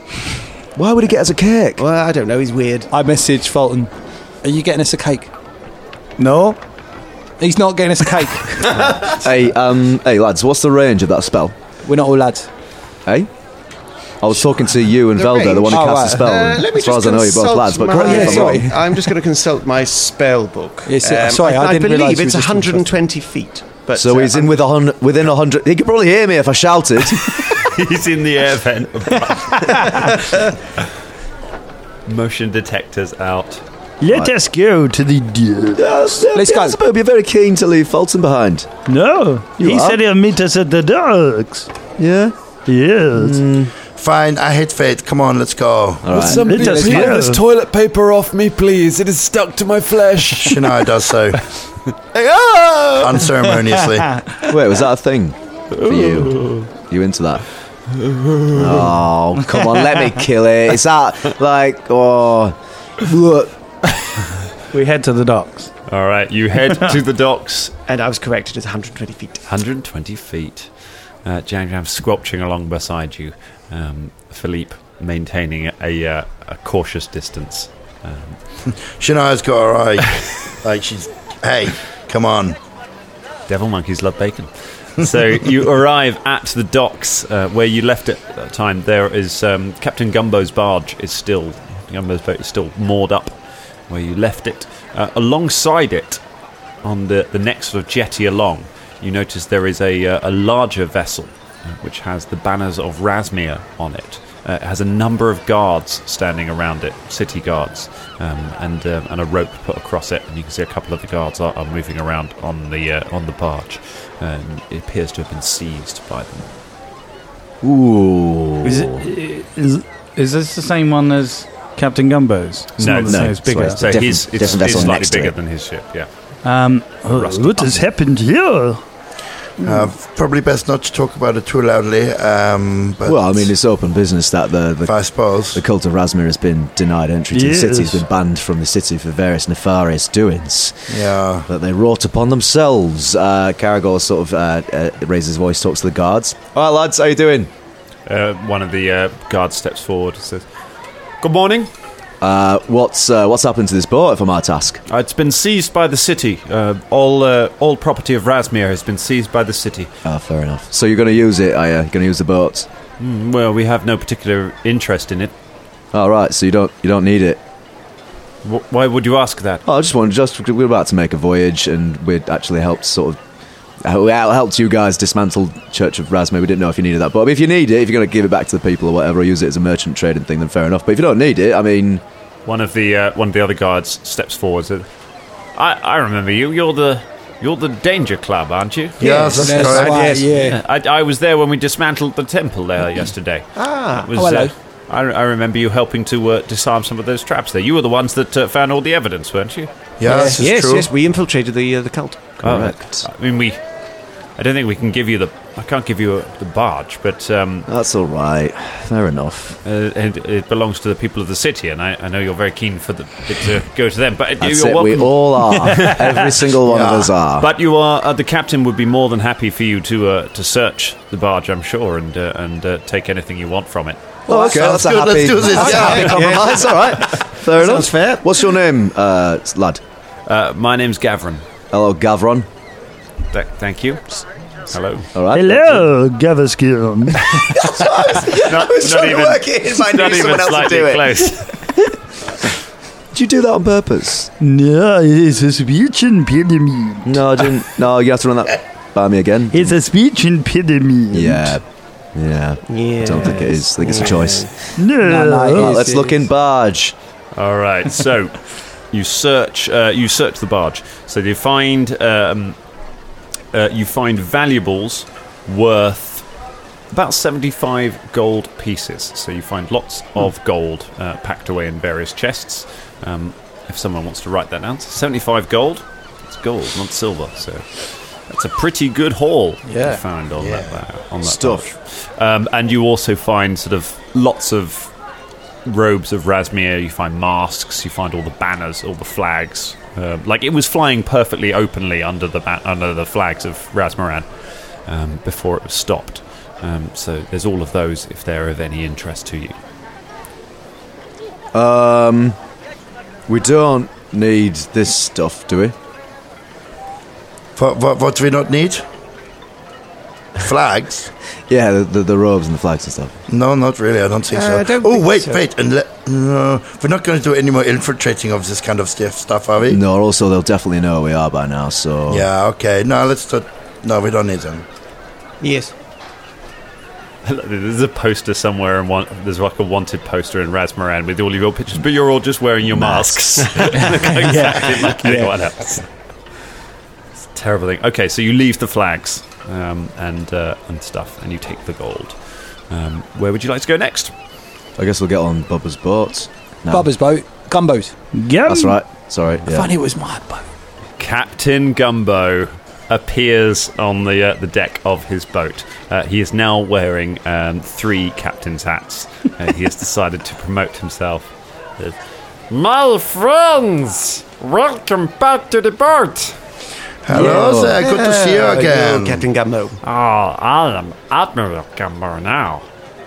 H: Why would he get us a cake?
E: Well, I don't know. He's weird.
B: I messaged Fulton. Are you getting us a cake? No. He's not getting us a cake.
H: hey, um, hey, lads, what's the range of that spell?
B: We're not all lads.
H: Hey? Eh? I was talking to you and Velda, the one who
E: Oh,
H: cast
E: right.
H: the spell.
E: Uh,
H: and
E: let me
H: as far as
E: just
H: I know, you're both
E: consult
H: lads, but
E: my-
H: correct me if I'm wrong.
E: I'm just going to consult my spell book. Um,
H: Yes, uh, sorry, I didn't realise
E: believe
H: you
E: it's
H: were just
E: 120 feet. But uh,
H: so he's in with a hun- within a hundred. He could probably hear me if I
E: <laughs>
H: shouted.
C: <laughs> he's in the
G: <laughs>
C: air vent. Motion detectors out.
J: Let us go to the docks.
H: Let's go. You're very keen to leave Fulton behind.
J: No,
H: You
J: he
H: are?
J: said he'll meet us at the docks.
H: Yeah.
J: Yes.
D: Fine, I hate fate. Come on, let's go.
I: Will somebody
J: It does
I: peel
J: matter.
I: this toilet paper off me, please? It is stuck to my flesh.
D: Shania
H: <laughs>
D: does so
H: oh!
D: unceremoniously.
H: Wait, was that a thing for
E: <sighs>
H: you? You into that? Oh, come on, let me kill it. It's that, like, oh. Look.
A: We head to the docks.
C: All right,
G: <laughs>
C: you head to the docks.
E: And I was corrected. It's 120 feet.
C: 120 feet. Uh, Jam Jam squelching along beside you. Um, Philippe maintaining a, uh, a cautious distance. Um,
D: Shania's got her eye. like she's, hey, come on.
C: Devil monkeys love bacon. so you arrive at the docks uh, where you left it at that time. There is um, Captain Gumbo's barge is still Gumbo's boat is still moored up where you left it. Uh, alongside it, on the the next sort of jetty along, you notice there is a uh, a larger vessel uh, which has the banners of Rasmir on it. Uh, it has a number of guards standing around it, city guards, um, and um, and a rope put across it, and you can see a couple of the guards are, are moving around on the uh, on the barge. Um, it appears to have been seized by them.
H: Ooh.
A: Is, it, is, is this the same one as Captain Gumbo's? It's not the same, it's bigger.
H: it's a
C: So
H: different-
C: he's it's,
H: different
C: it's
H: vessel
C: slightly
H: next to
C: bigger
H: it.
C: than his ship. Yeah.
A: Um,
J: what has happened here?
D: Uh, probably best not to talk about it too loudly. Um, but
H: Well, I mean, it's open business that the the, the cult of Rasmir has been denied entry to the city. It's
D: Yes.
H: been banned from the city for various nefarious doings
D: yeah.
H: that they wrought upon themselves. Uh, Caragor sort of uh, uh, raises his voice, talks to the guards. All right, lads, how you doing?
C: Uh, one of the uh, guards steps forward and says, Good morning.
H: Uh, what's uh, what's happened to this boat? If I'm our task,
C: Uh, It's been seized by the city. Uh, all uh, all property of Rasmir has been seized by the city.
H: ah, fair enough. So you're going to use it? Are you going to use the boats?
C: Mm, well, we have no particular interest in it.
H: All right. So you don't you don't need it.
C: W- why would you ask that?
H: Oh, I just wanted just we were about to make a voyage, and we'd actually helped sort of uh, we hel- helped you guys dismantle Church of Rasmir. We didn't know if you needed that, but if you need it, if you're going to give it back to the people or whatever, or use it as a merchant trading thing, then fair enough. But if you don't need it, I mean,
C: One of the uh, one of the other guards steps forward. Says, I I remember you. You're the you're the Danger Club, aren't you?
D: Yes, Yes, that's correct. right, yeah.
C: I, I was there when we dismantled the temple there yesterday.
D: Ah,
C: It was,
D: oh, hello.
C: uh, I, I remember you helping to uh, disarm some of those traps there. You were the ones that uh, found all the evidence, weren't you?
E: yes, yes, yes, we infiltrated the uh, the cult.
C: Oh, I mean, we. I don't think we can give you the. I can't give you uh, the barge, but um,
H: that's all right. Fair enough.
C: Uh, and it belongs to the people of the city, and I, I know you're very keen for the, it to go to them. But
H: That's
C: you're
H: it. We
C: welcome-
H: all are.
C: <laughs>
H: Every single one of us are.
C: But you are. Uh, the captain would be more than happy for you to uh, to search the barge, I'm sure, and uh, and uh, take anything you want from it.
H: Well, okay, that's a happy, that's a happy
C: <laughs>
H: compromise. All right, fair enough. fair. What's your name, uh, lad?
C: Uh, my name's Gavron.
H: Hello, Gavron.
C: Th- thank you.
H: <laughs>
C: Hello.
H: All right.
J: Hello, Gavaskilm.
C: Not,
H: was trying to work it in, but I knew
C: not even
H: someone else would
C: slightly
H: do it.
C: close.
H: Did you do that on purpose?
J: no, it's a speech impediment.
H: No, I didn't. No, you have to run that by me again.
J: It's a speech impediment.
H: Yeah. Yeah. I don't think it is. I think it's a choice.
J: No.
H: Right, let's look in barge.
C: All right. So <laughs> you search. Uh, you search the barge. So you find. Um, uh, you find valuables worth about seventy-five gold pieces. So you find lots of gold uh, packed away in various chests. Um, if someone wants to write that down, so seventy-five gold. It's gold, not silver. So. That's a pretty good haul
H: Yeah.
C: you found on that that on that
H: Stuff.
C: barge. Um, and you also find sort of lots of robes of Rasmir, you find masks, you find all the banners, all the flags. Um, like it was flying perfectly openly under the ba- under the flags of Rasmaran um, before it was stopped. Um, so there's all of those if they're of any interest to you.
H: Um, we don't need this stuff, do we?
D: What, what, what do we not need? Flags?
H: yeah, the, the, the robes and the flags and stuff.
D: No, not really. I don't think
H: Uh,
D: so.
H: I don't
D: oh,
H: think
D: wait,
H: so.
D: wait. And le- no, we're not going to do any more infiltrating of this kind of stuff, stuff are we?
H: No, also they'll definitely know who we are by now. So
D: Yeah, okay. No, let's not. No, we don't need them.
E: Yes.
C: <laughs> there's a poster somewhere, and one, there's like a wanted poster in Rasmaran with all of your pictures, but you're all just wearing your masks. <laughs> exactly like
K: Yeah.
C: anyone else. It's a terrible thing. Okay, so you leave the flags um, and uh, and stuff, and you take the gold. Um, where would you like to go next?
H: I guess we'll get on Bubba's boat. now.
B: Bubba's boat. Gumbo's.
H: That's right. Sorry. yeah.
B: I
H: Oh,
B: thought it was my boat.
C: Captain Gumbo appears on the uh, the deck of his boat. Uh, he is now wearing um, three captain's hats. Uh, he has decided to promote himself. as,
F: My friends, welcome back to the boat.
D: Hello Yeah. there, good to see you Hello, again.
E: Captain Gumbo.
F: Oh, I am Admiral Gumbo now.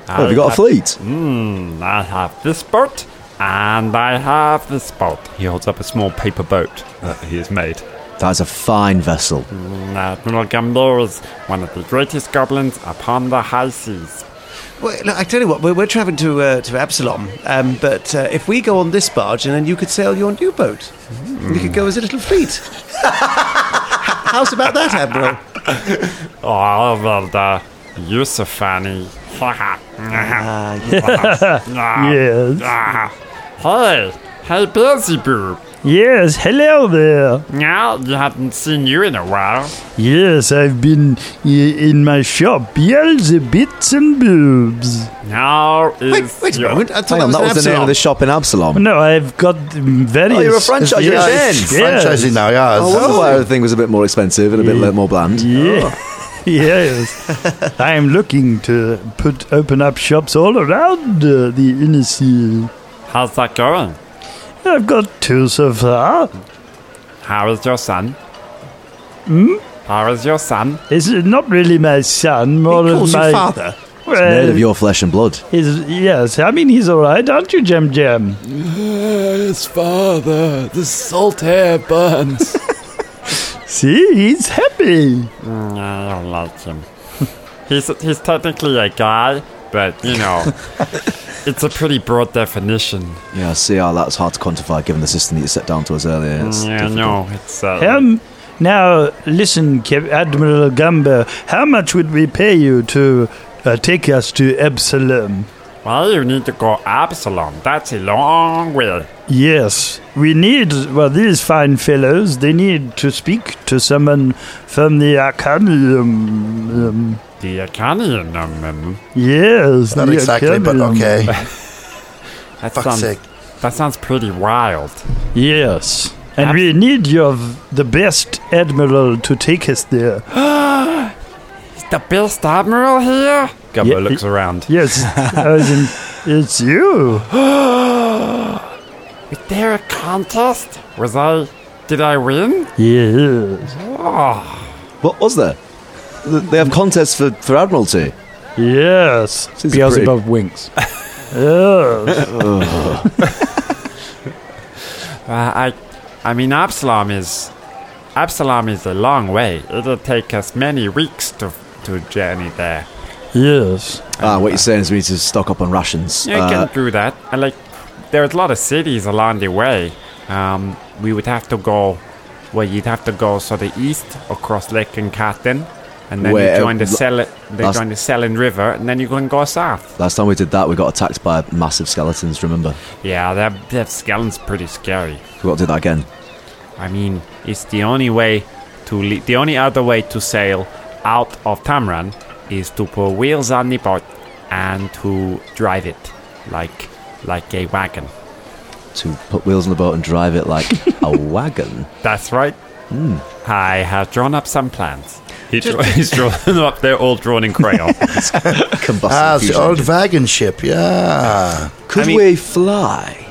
H: Oh, have you got a fleet?
F: Hmm, I have this boat, and I have this boat.
C: He holds up a small paper boat that he has made.
H: That's a fine vessel.
F: Mm, Admiral Gumbo is one of the greatest goblins upon the high seas.
E: Well, look, I tell you what, we're, we're traveling to uh, to Absalom, um, but uh, if we go on this barge, and then you could sail your new boat, you could go as a little fleet. <laughs> How's about that, Admiral?
F: Oh, well, the Yusufani. Ah,
J: yes.
F: <laughs> Hey, hey, Busy Boo.
J: Yes, hello there.
F: Now, you haven't seen you in a while.
J: Yes, I've been i- in my shop. Yells the bits and boobs.
F: Now is your-
H: Hang on, that was the name of the shop in Absalom.
J: No, I've got mm, various.
H: Oh, you're a franchise
J: Yes,
H: then.
J: yes.
H: Oh, I wonder why everything was a bit more expensive and a bit
J: Yeah.
H: more bland.
J: Yeah.
H: Oh.
J: <laughs> yes. I am looking to put open up shops all around uh, the inner sea.
F: How's that going?
J: I've got two so far.
F: How is your son?
J: Hmm?
F: How is your son?
J: It's not really my son, more
F: calls
J: of
F: you
J: my
F: father.
H: made of your flesh and blood.
J: He's, yes, I mean, he's all right, aren't you, Jem Jem?
I: Yes, father, the salt air burns.
J: See, he's happy.
F: Mm, I don't like him. he's he's technically a guy, but you know, it's a pretty broad definition.
H: Yeah, I see how that's hard to quantify given the system that you set down to us earlier. It's
F: Mm, yeah,
H: difficult.
F: no, it's uh,
J: Um, now, listen, Cap- Admiral Gamba, how much would we pay you to uh, take us to Absalom?
F: Why you need to go Absalom? That's a long way.
J: Yes, we need, well, these fine fellows, they need to speak to someone from the Arcanum. um,
F: The Arcanian um,
J: Yes,
D: Not
J: the
D: exactly, but
J: Arcanum.
D: okay.
F: that
D: Fuck's
F: sounds
D: sake.
F: that sounds pretty wild.
J: Yes. And we need your v- the best admiral to take us there.
F: Is the best admiral here?
C: Gumbo looks around.
J: Yes, as in, it's you.
F: Was there a contest? Was I? Did I win?
J: Yes.
F: Oh,
H: What was there? Th- They have contests for, for Admiralty.
J: Yes.
H: Seems Beelzebub pretty-
A: winks.
J: Yes.
F: uh, I, I mean Absalom is, Absalom is a long way. It'll take us many weeks to to journey there.
J: Yes.
H: Ah, what you're saying is we need to stock up on rations.
F: Yeah, I
H: Uh,
F: can do that. I like there's a lot of cities along the way. Um, we would have to go. Well, you'd have to go so the east across Lake Catton, and then
H: Where-
F: you join the
H: l-
F: Sel- they
H: last-
F: join the Selin River, and then you can go south.
H: last time we did that, we got attacked by massive skeletons, remember?
F: Yeah, that that skeleton's pretty scary.
H: We've got to do that again.
F: I mean, it's the only way to le- the only other way to sail out of Tamran is to put wheels on the boat and to drive it like like a wagon.
H: To put wheels on the boat and drive it like <laughs> a wagon.
F: That's right. I have drawn up some plans.
C: Hmm. He draw, <laughs> he's drawn them up. They're all drawn in
F: <laughs>
C: crayon.
D: Ah, it's the old wagon ship, yeah.
H: Could we fly?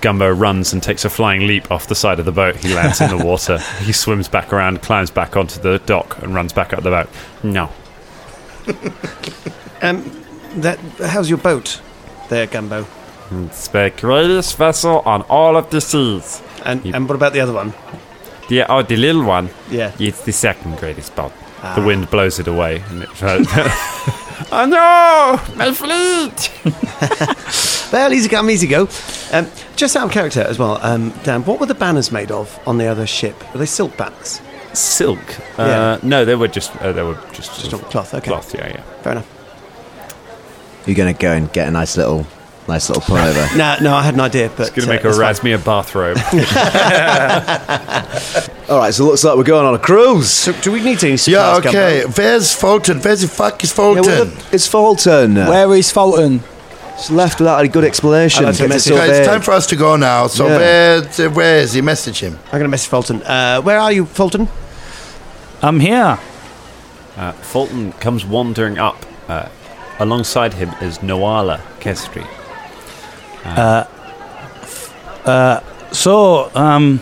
C: Gumbo runs and takes a flying leap off the side of the boat. He lands in the
F: <laughs>
C: water. He swims back around, climbs back onto the dock, and runs back up the boat.
F: No.
E: Um, that, how's your boat there, Gumbo?
F: It's the greatest vessel on all of the seas.
E: And and what about the other one?
F: The, oh, the little one.
E: Yeah.
F: It's the second greatest boat. Ah.
C: The wind blows it away.
F: <laughs>
C: And it
F: Oh no! My fleet!
E: Well, easy come, easy go. Um, just out of character as well, um, Dan, what were the banners made of on the other ship? Were they silk banners?
C: Silk? Uh, No, they were just uh, they were just,
E: Just on cloth, okay.
C: cloth. Yeah, yeah.
E: Fair enough.
H: You're going to go and get a nice little, nice little pullover.
E: No, no, I had an idea, but.
C: It's going to
E: uh,
C: make a
E: it's fine.
C: Rasmia bathrobe.
H: <laughs> All right, so it looks like we're going on a cruise. So
E: do we need to?
D: Yeah, okay. Where's Fulton? Where's the fuck is Fulton?
H: it's Fulton.
B: Where is Fulton?
H: It's left without a good explanation.
D: Guys, it's time for us to go now. So
H: Yeah.
D: where, where is he? Message him.
E: I'm going to message Fulton. Uh, where are you, Fulton?
A: I'm here.
C: Uh, Fulton comes wandering up. Uh, alongside him is Noala Kestri.
A: Uh, uh, so, um,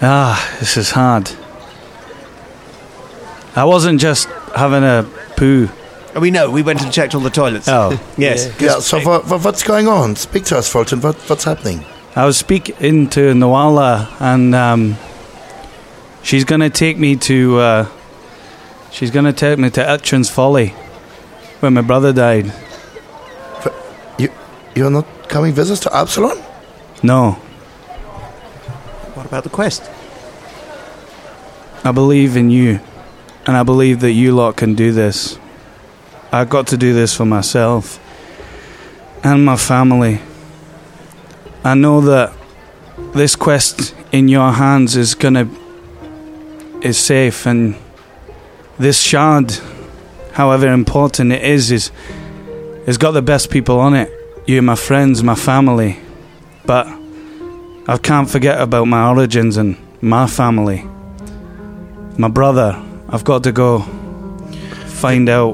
A: ah, this is hard. I wasn't just having a poo.
E: Oh, we know. We went and checked all the toilets.
A: Oh.
E: <laughs> yes.
D: Yeah, so what, what, what's going on? Speak to us, Fulton. What, what's happening?
A: I was speaking to Nawala, and um, she's gonna take me to. Uh, she's gonna take me to Itchin's Folly, where my brother died.
D: You, you're not coming with us to Absalom?
A: No,
E: What about the quest?
A: I believe in you, and I believe that you lot can do this. I got to do this for myself and my family. I know that this quest in your hands is gonna is safe, and this shard, however important it is, is has got the best people on it. You, my friends, my family, but I can't forget about my origins and my family. My brother, I've got to go find out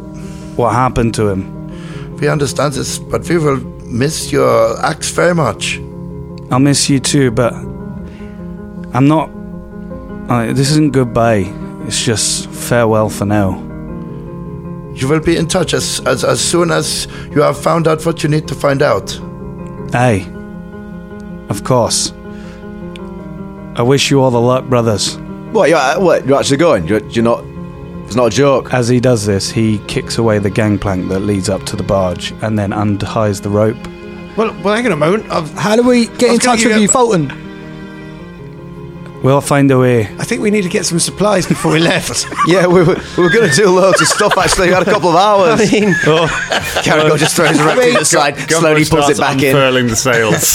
A: what happened to him.
D: We understand this, but we will miss your axe very much.
A: I'll miss you too, but I'm not. Uh, this isn't goodbye. It's just farewell for now.
D: You will be in touch as, as, as soon as you have found out what you need to find out.
A: Aye. Of course. I wish you all the luck, brothers.
H: What? You're, what? You're actually going? You're, you're not. It's not a joke.
A: As he does this, he kicks away the gangplank that leads up to the barge and then unties the rope.
B: Well, well hang on a moment. How do we
A: I
B: get
A: was
B: in
A: gonna
B: touch
A: give
B: with
A: you-
B: you, Fulton?
A: We'll find a way.
E: I think we need to get some supplies before we <laughs> left.
H: yeah, we were, we were going to do loads of stuff actually. We had a couple of hours.
E: <laughs> I mean-
H: Carrico just
D: <laughs>
H: throws the rope to the side, slowly pulls it back in.
C: the sails.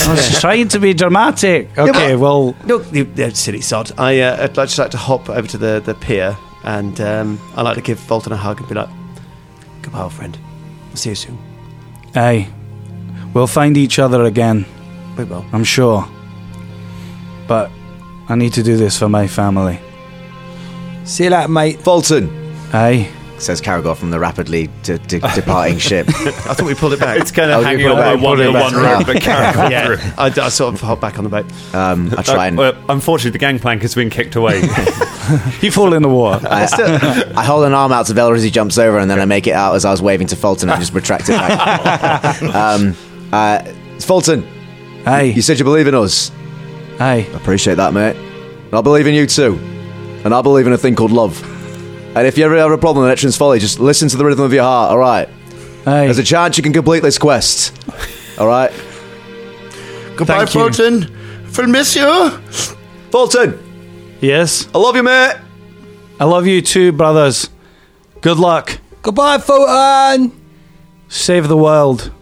F: <laughs>
A: I was just trying to be dramatic. Okay, well.
E: Look, you, uh, silly sod. I, uh, I'd like, just like to hop over to the, the pier and um, I'd like to give Fulton a hug and be like, goodbye, old friend. I'll see you soon.
A: Aye. We'll find each other again.
E: We will.
A: I'm sure. But I need to do this for my family.
B: See you later, mate.
H: Fulton.
A: Aye.
H: Says Caragor from the rapidly de- <laughs> de- departing ship. Oh,
E: I thought we pulled it <laughs> back.
H: It's kinda hanging on by one- one rope, but Caragor
E: <laughs> yeah. I, I sort of hop back on the boat.
H: Um, <laughs> I
E: try and-
C: Uh, well, unfortunately, the gangplank has been kicked away.
A: you fall in the water.
H: I, <laughs> I hold an arm out to Velor as he jumps over, and then I make it out as I was waving to Fulton. I just retract it <laughs> back. um, uh, Fulton.
A: Aye.
H: You said you believe in us.
A: Aye.
H: Appreciate that, mate. And I believe in you too. And I believe in a thing called love. And if you ever have a problem in Veterans Folly, just listen to the rhythm of your heart, alright?
A: Aye.
H: There's a chance you can complete this quest. Alright?
D: Goodbye, Fulton. We'll miss you.
H: Fulton!
A: Yes?
H: I love you, mate.
A: I love you too, brothers. Good luck.
B: Goodbye, Fulton.
A: Save the world.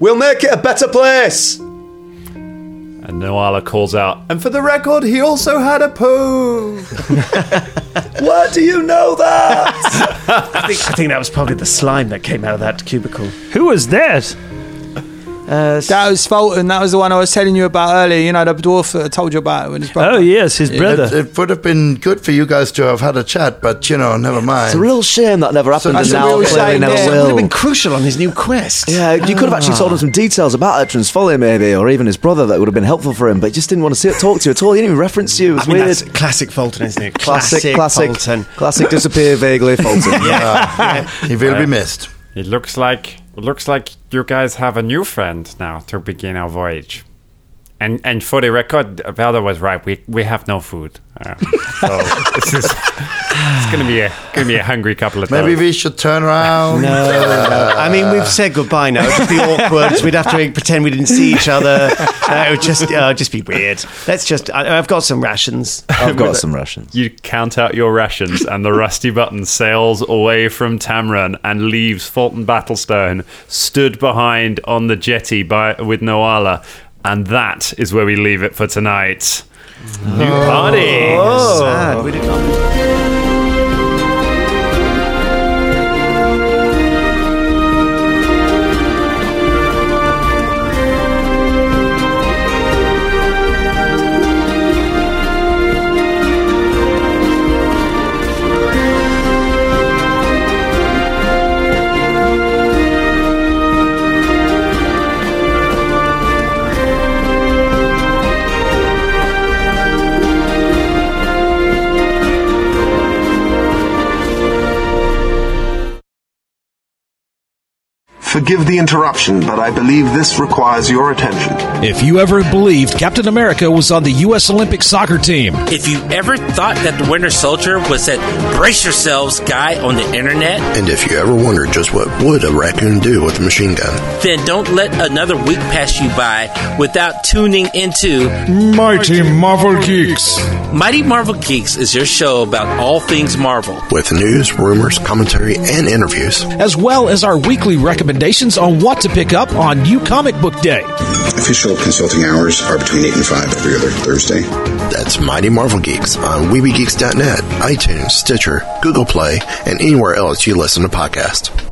H: We'll make it a better place.
C: And Noala calls out,
I: And for the record, he also had a poo.
E: Why do you know that? I, think, I think that was probably the slime that came out of that cubicle.
B: Who was that?
E: Uh,
B: that was Fulton. That was the one I was telling you about earlier. You know, the dwarf that I told you about with his brother.
A: yes, his
B: brother.
D: It, it would have been good for you guys to have had a chat, but you know, never mind.
H: It's a real shame that never happened,
D: That's
H: and
D: a
H: now
D: real
H: clearly
D: shame
H: never
D: there.
H: will.
D: Would've been
E: crucial on his new quest.
H: Yeah, you could have actually told him some details about Veterans Folly, maybe, or even his brother that would have been helpful for him, but he just didn't want to see it, talk to you at all. He didn't even reference you. It was
E: I mean,
H: weird.
E: that's classic Fulton, isn't it?
H: Classic, classic,
E: Fulton.
H: classic disappear vaguely <laughs> Fulton.
D: He will be missed.
F: It looks like it looks like you guys have a new friend now to begin our voyage. And and for the record, Valda was right. We we have no food, Uh, so this is it's gonna be a gonna be a hungry couple of
D: Maybe
F: days.
D: we should turn around.
E: No, no. I mean, we've said goodbye now. It'd be awkward. We'd have to make- pretend we didn't see each other. No, it would just, uh, just be weird. Let's just. I, I've got some rations.
H: I've got some rations.
C: You count out your rations, and the rusty button sails away from Tamron and leaves Fulton Battlestone stood behind on the jetty by, with Noala. And that is where we leave it for tonight. New party!
E: Sad. We did not.
M: Forgive the interruption, but I believe this requires your attention.
N: If you ever believed Captain America was on the U.S. Olympic soccer team,
O: If you ever thought that the Winter Soldier was that brace yourselves guy on the internet,
M: And if you ever wondered just what would a raccoon do with a machine gun?
O: then don't let another week pass you by without tuning into
M: Mighty Marvel Geeks.
O: Mighty Marvel Geeks is your show about all things Marvel.
M: With news, rumors, commentary, and interviews.
N: as well as our weekly recommendations on what to pick up on New Comic Book Day.
M: Official consulting hours are between 8 and 5 every other Thursday. That's Mighty Marvel Geeks on WeebieGeeks.net, iTunes, Stitcher, Google Play, and anywhere else you listen to podcasts.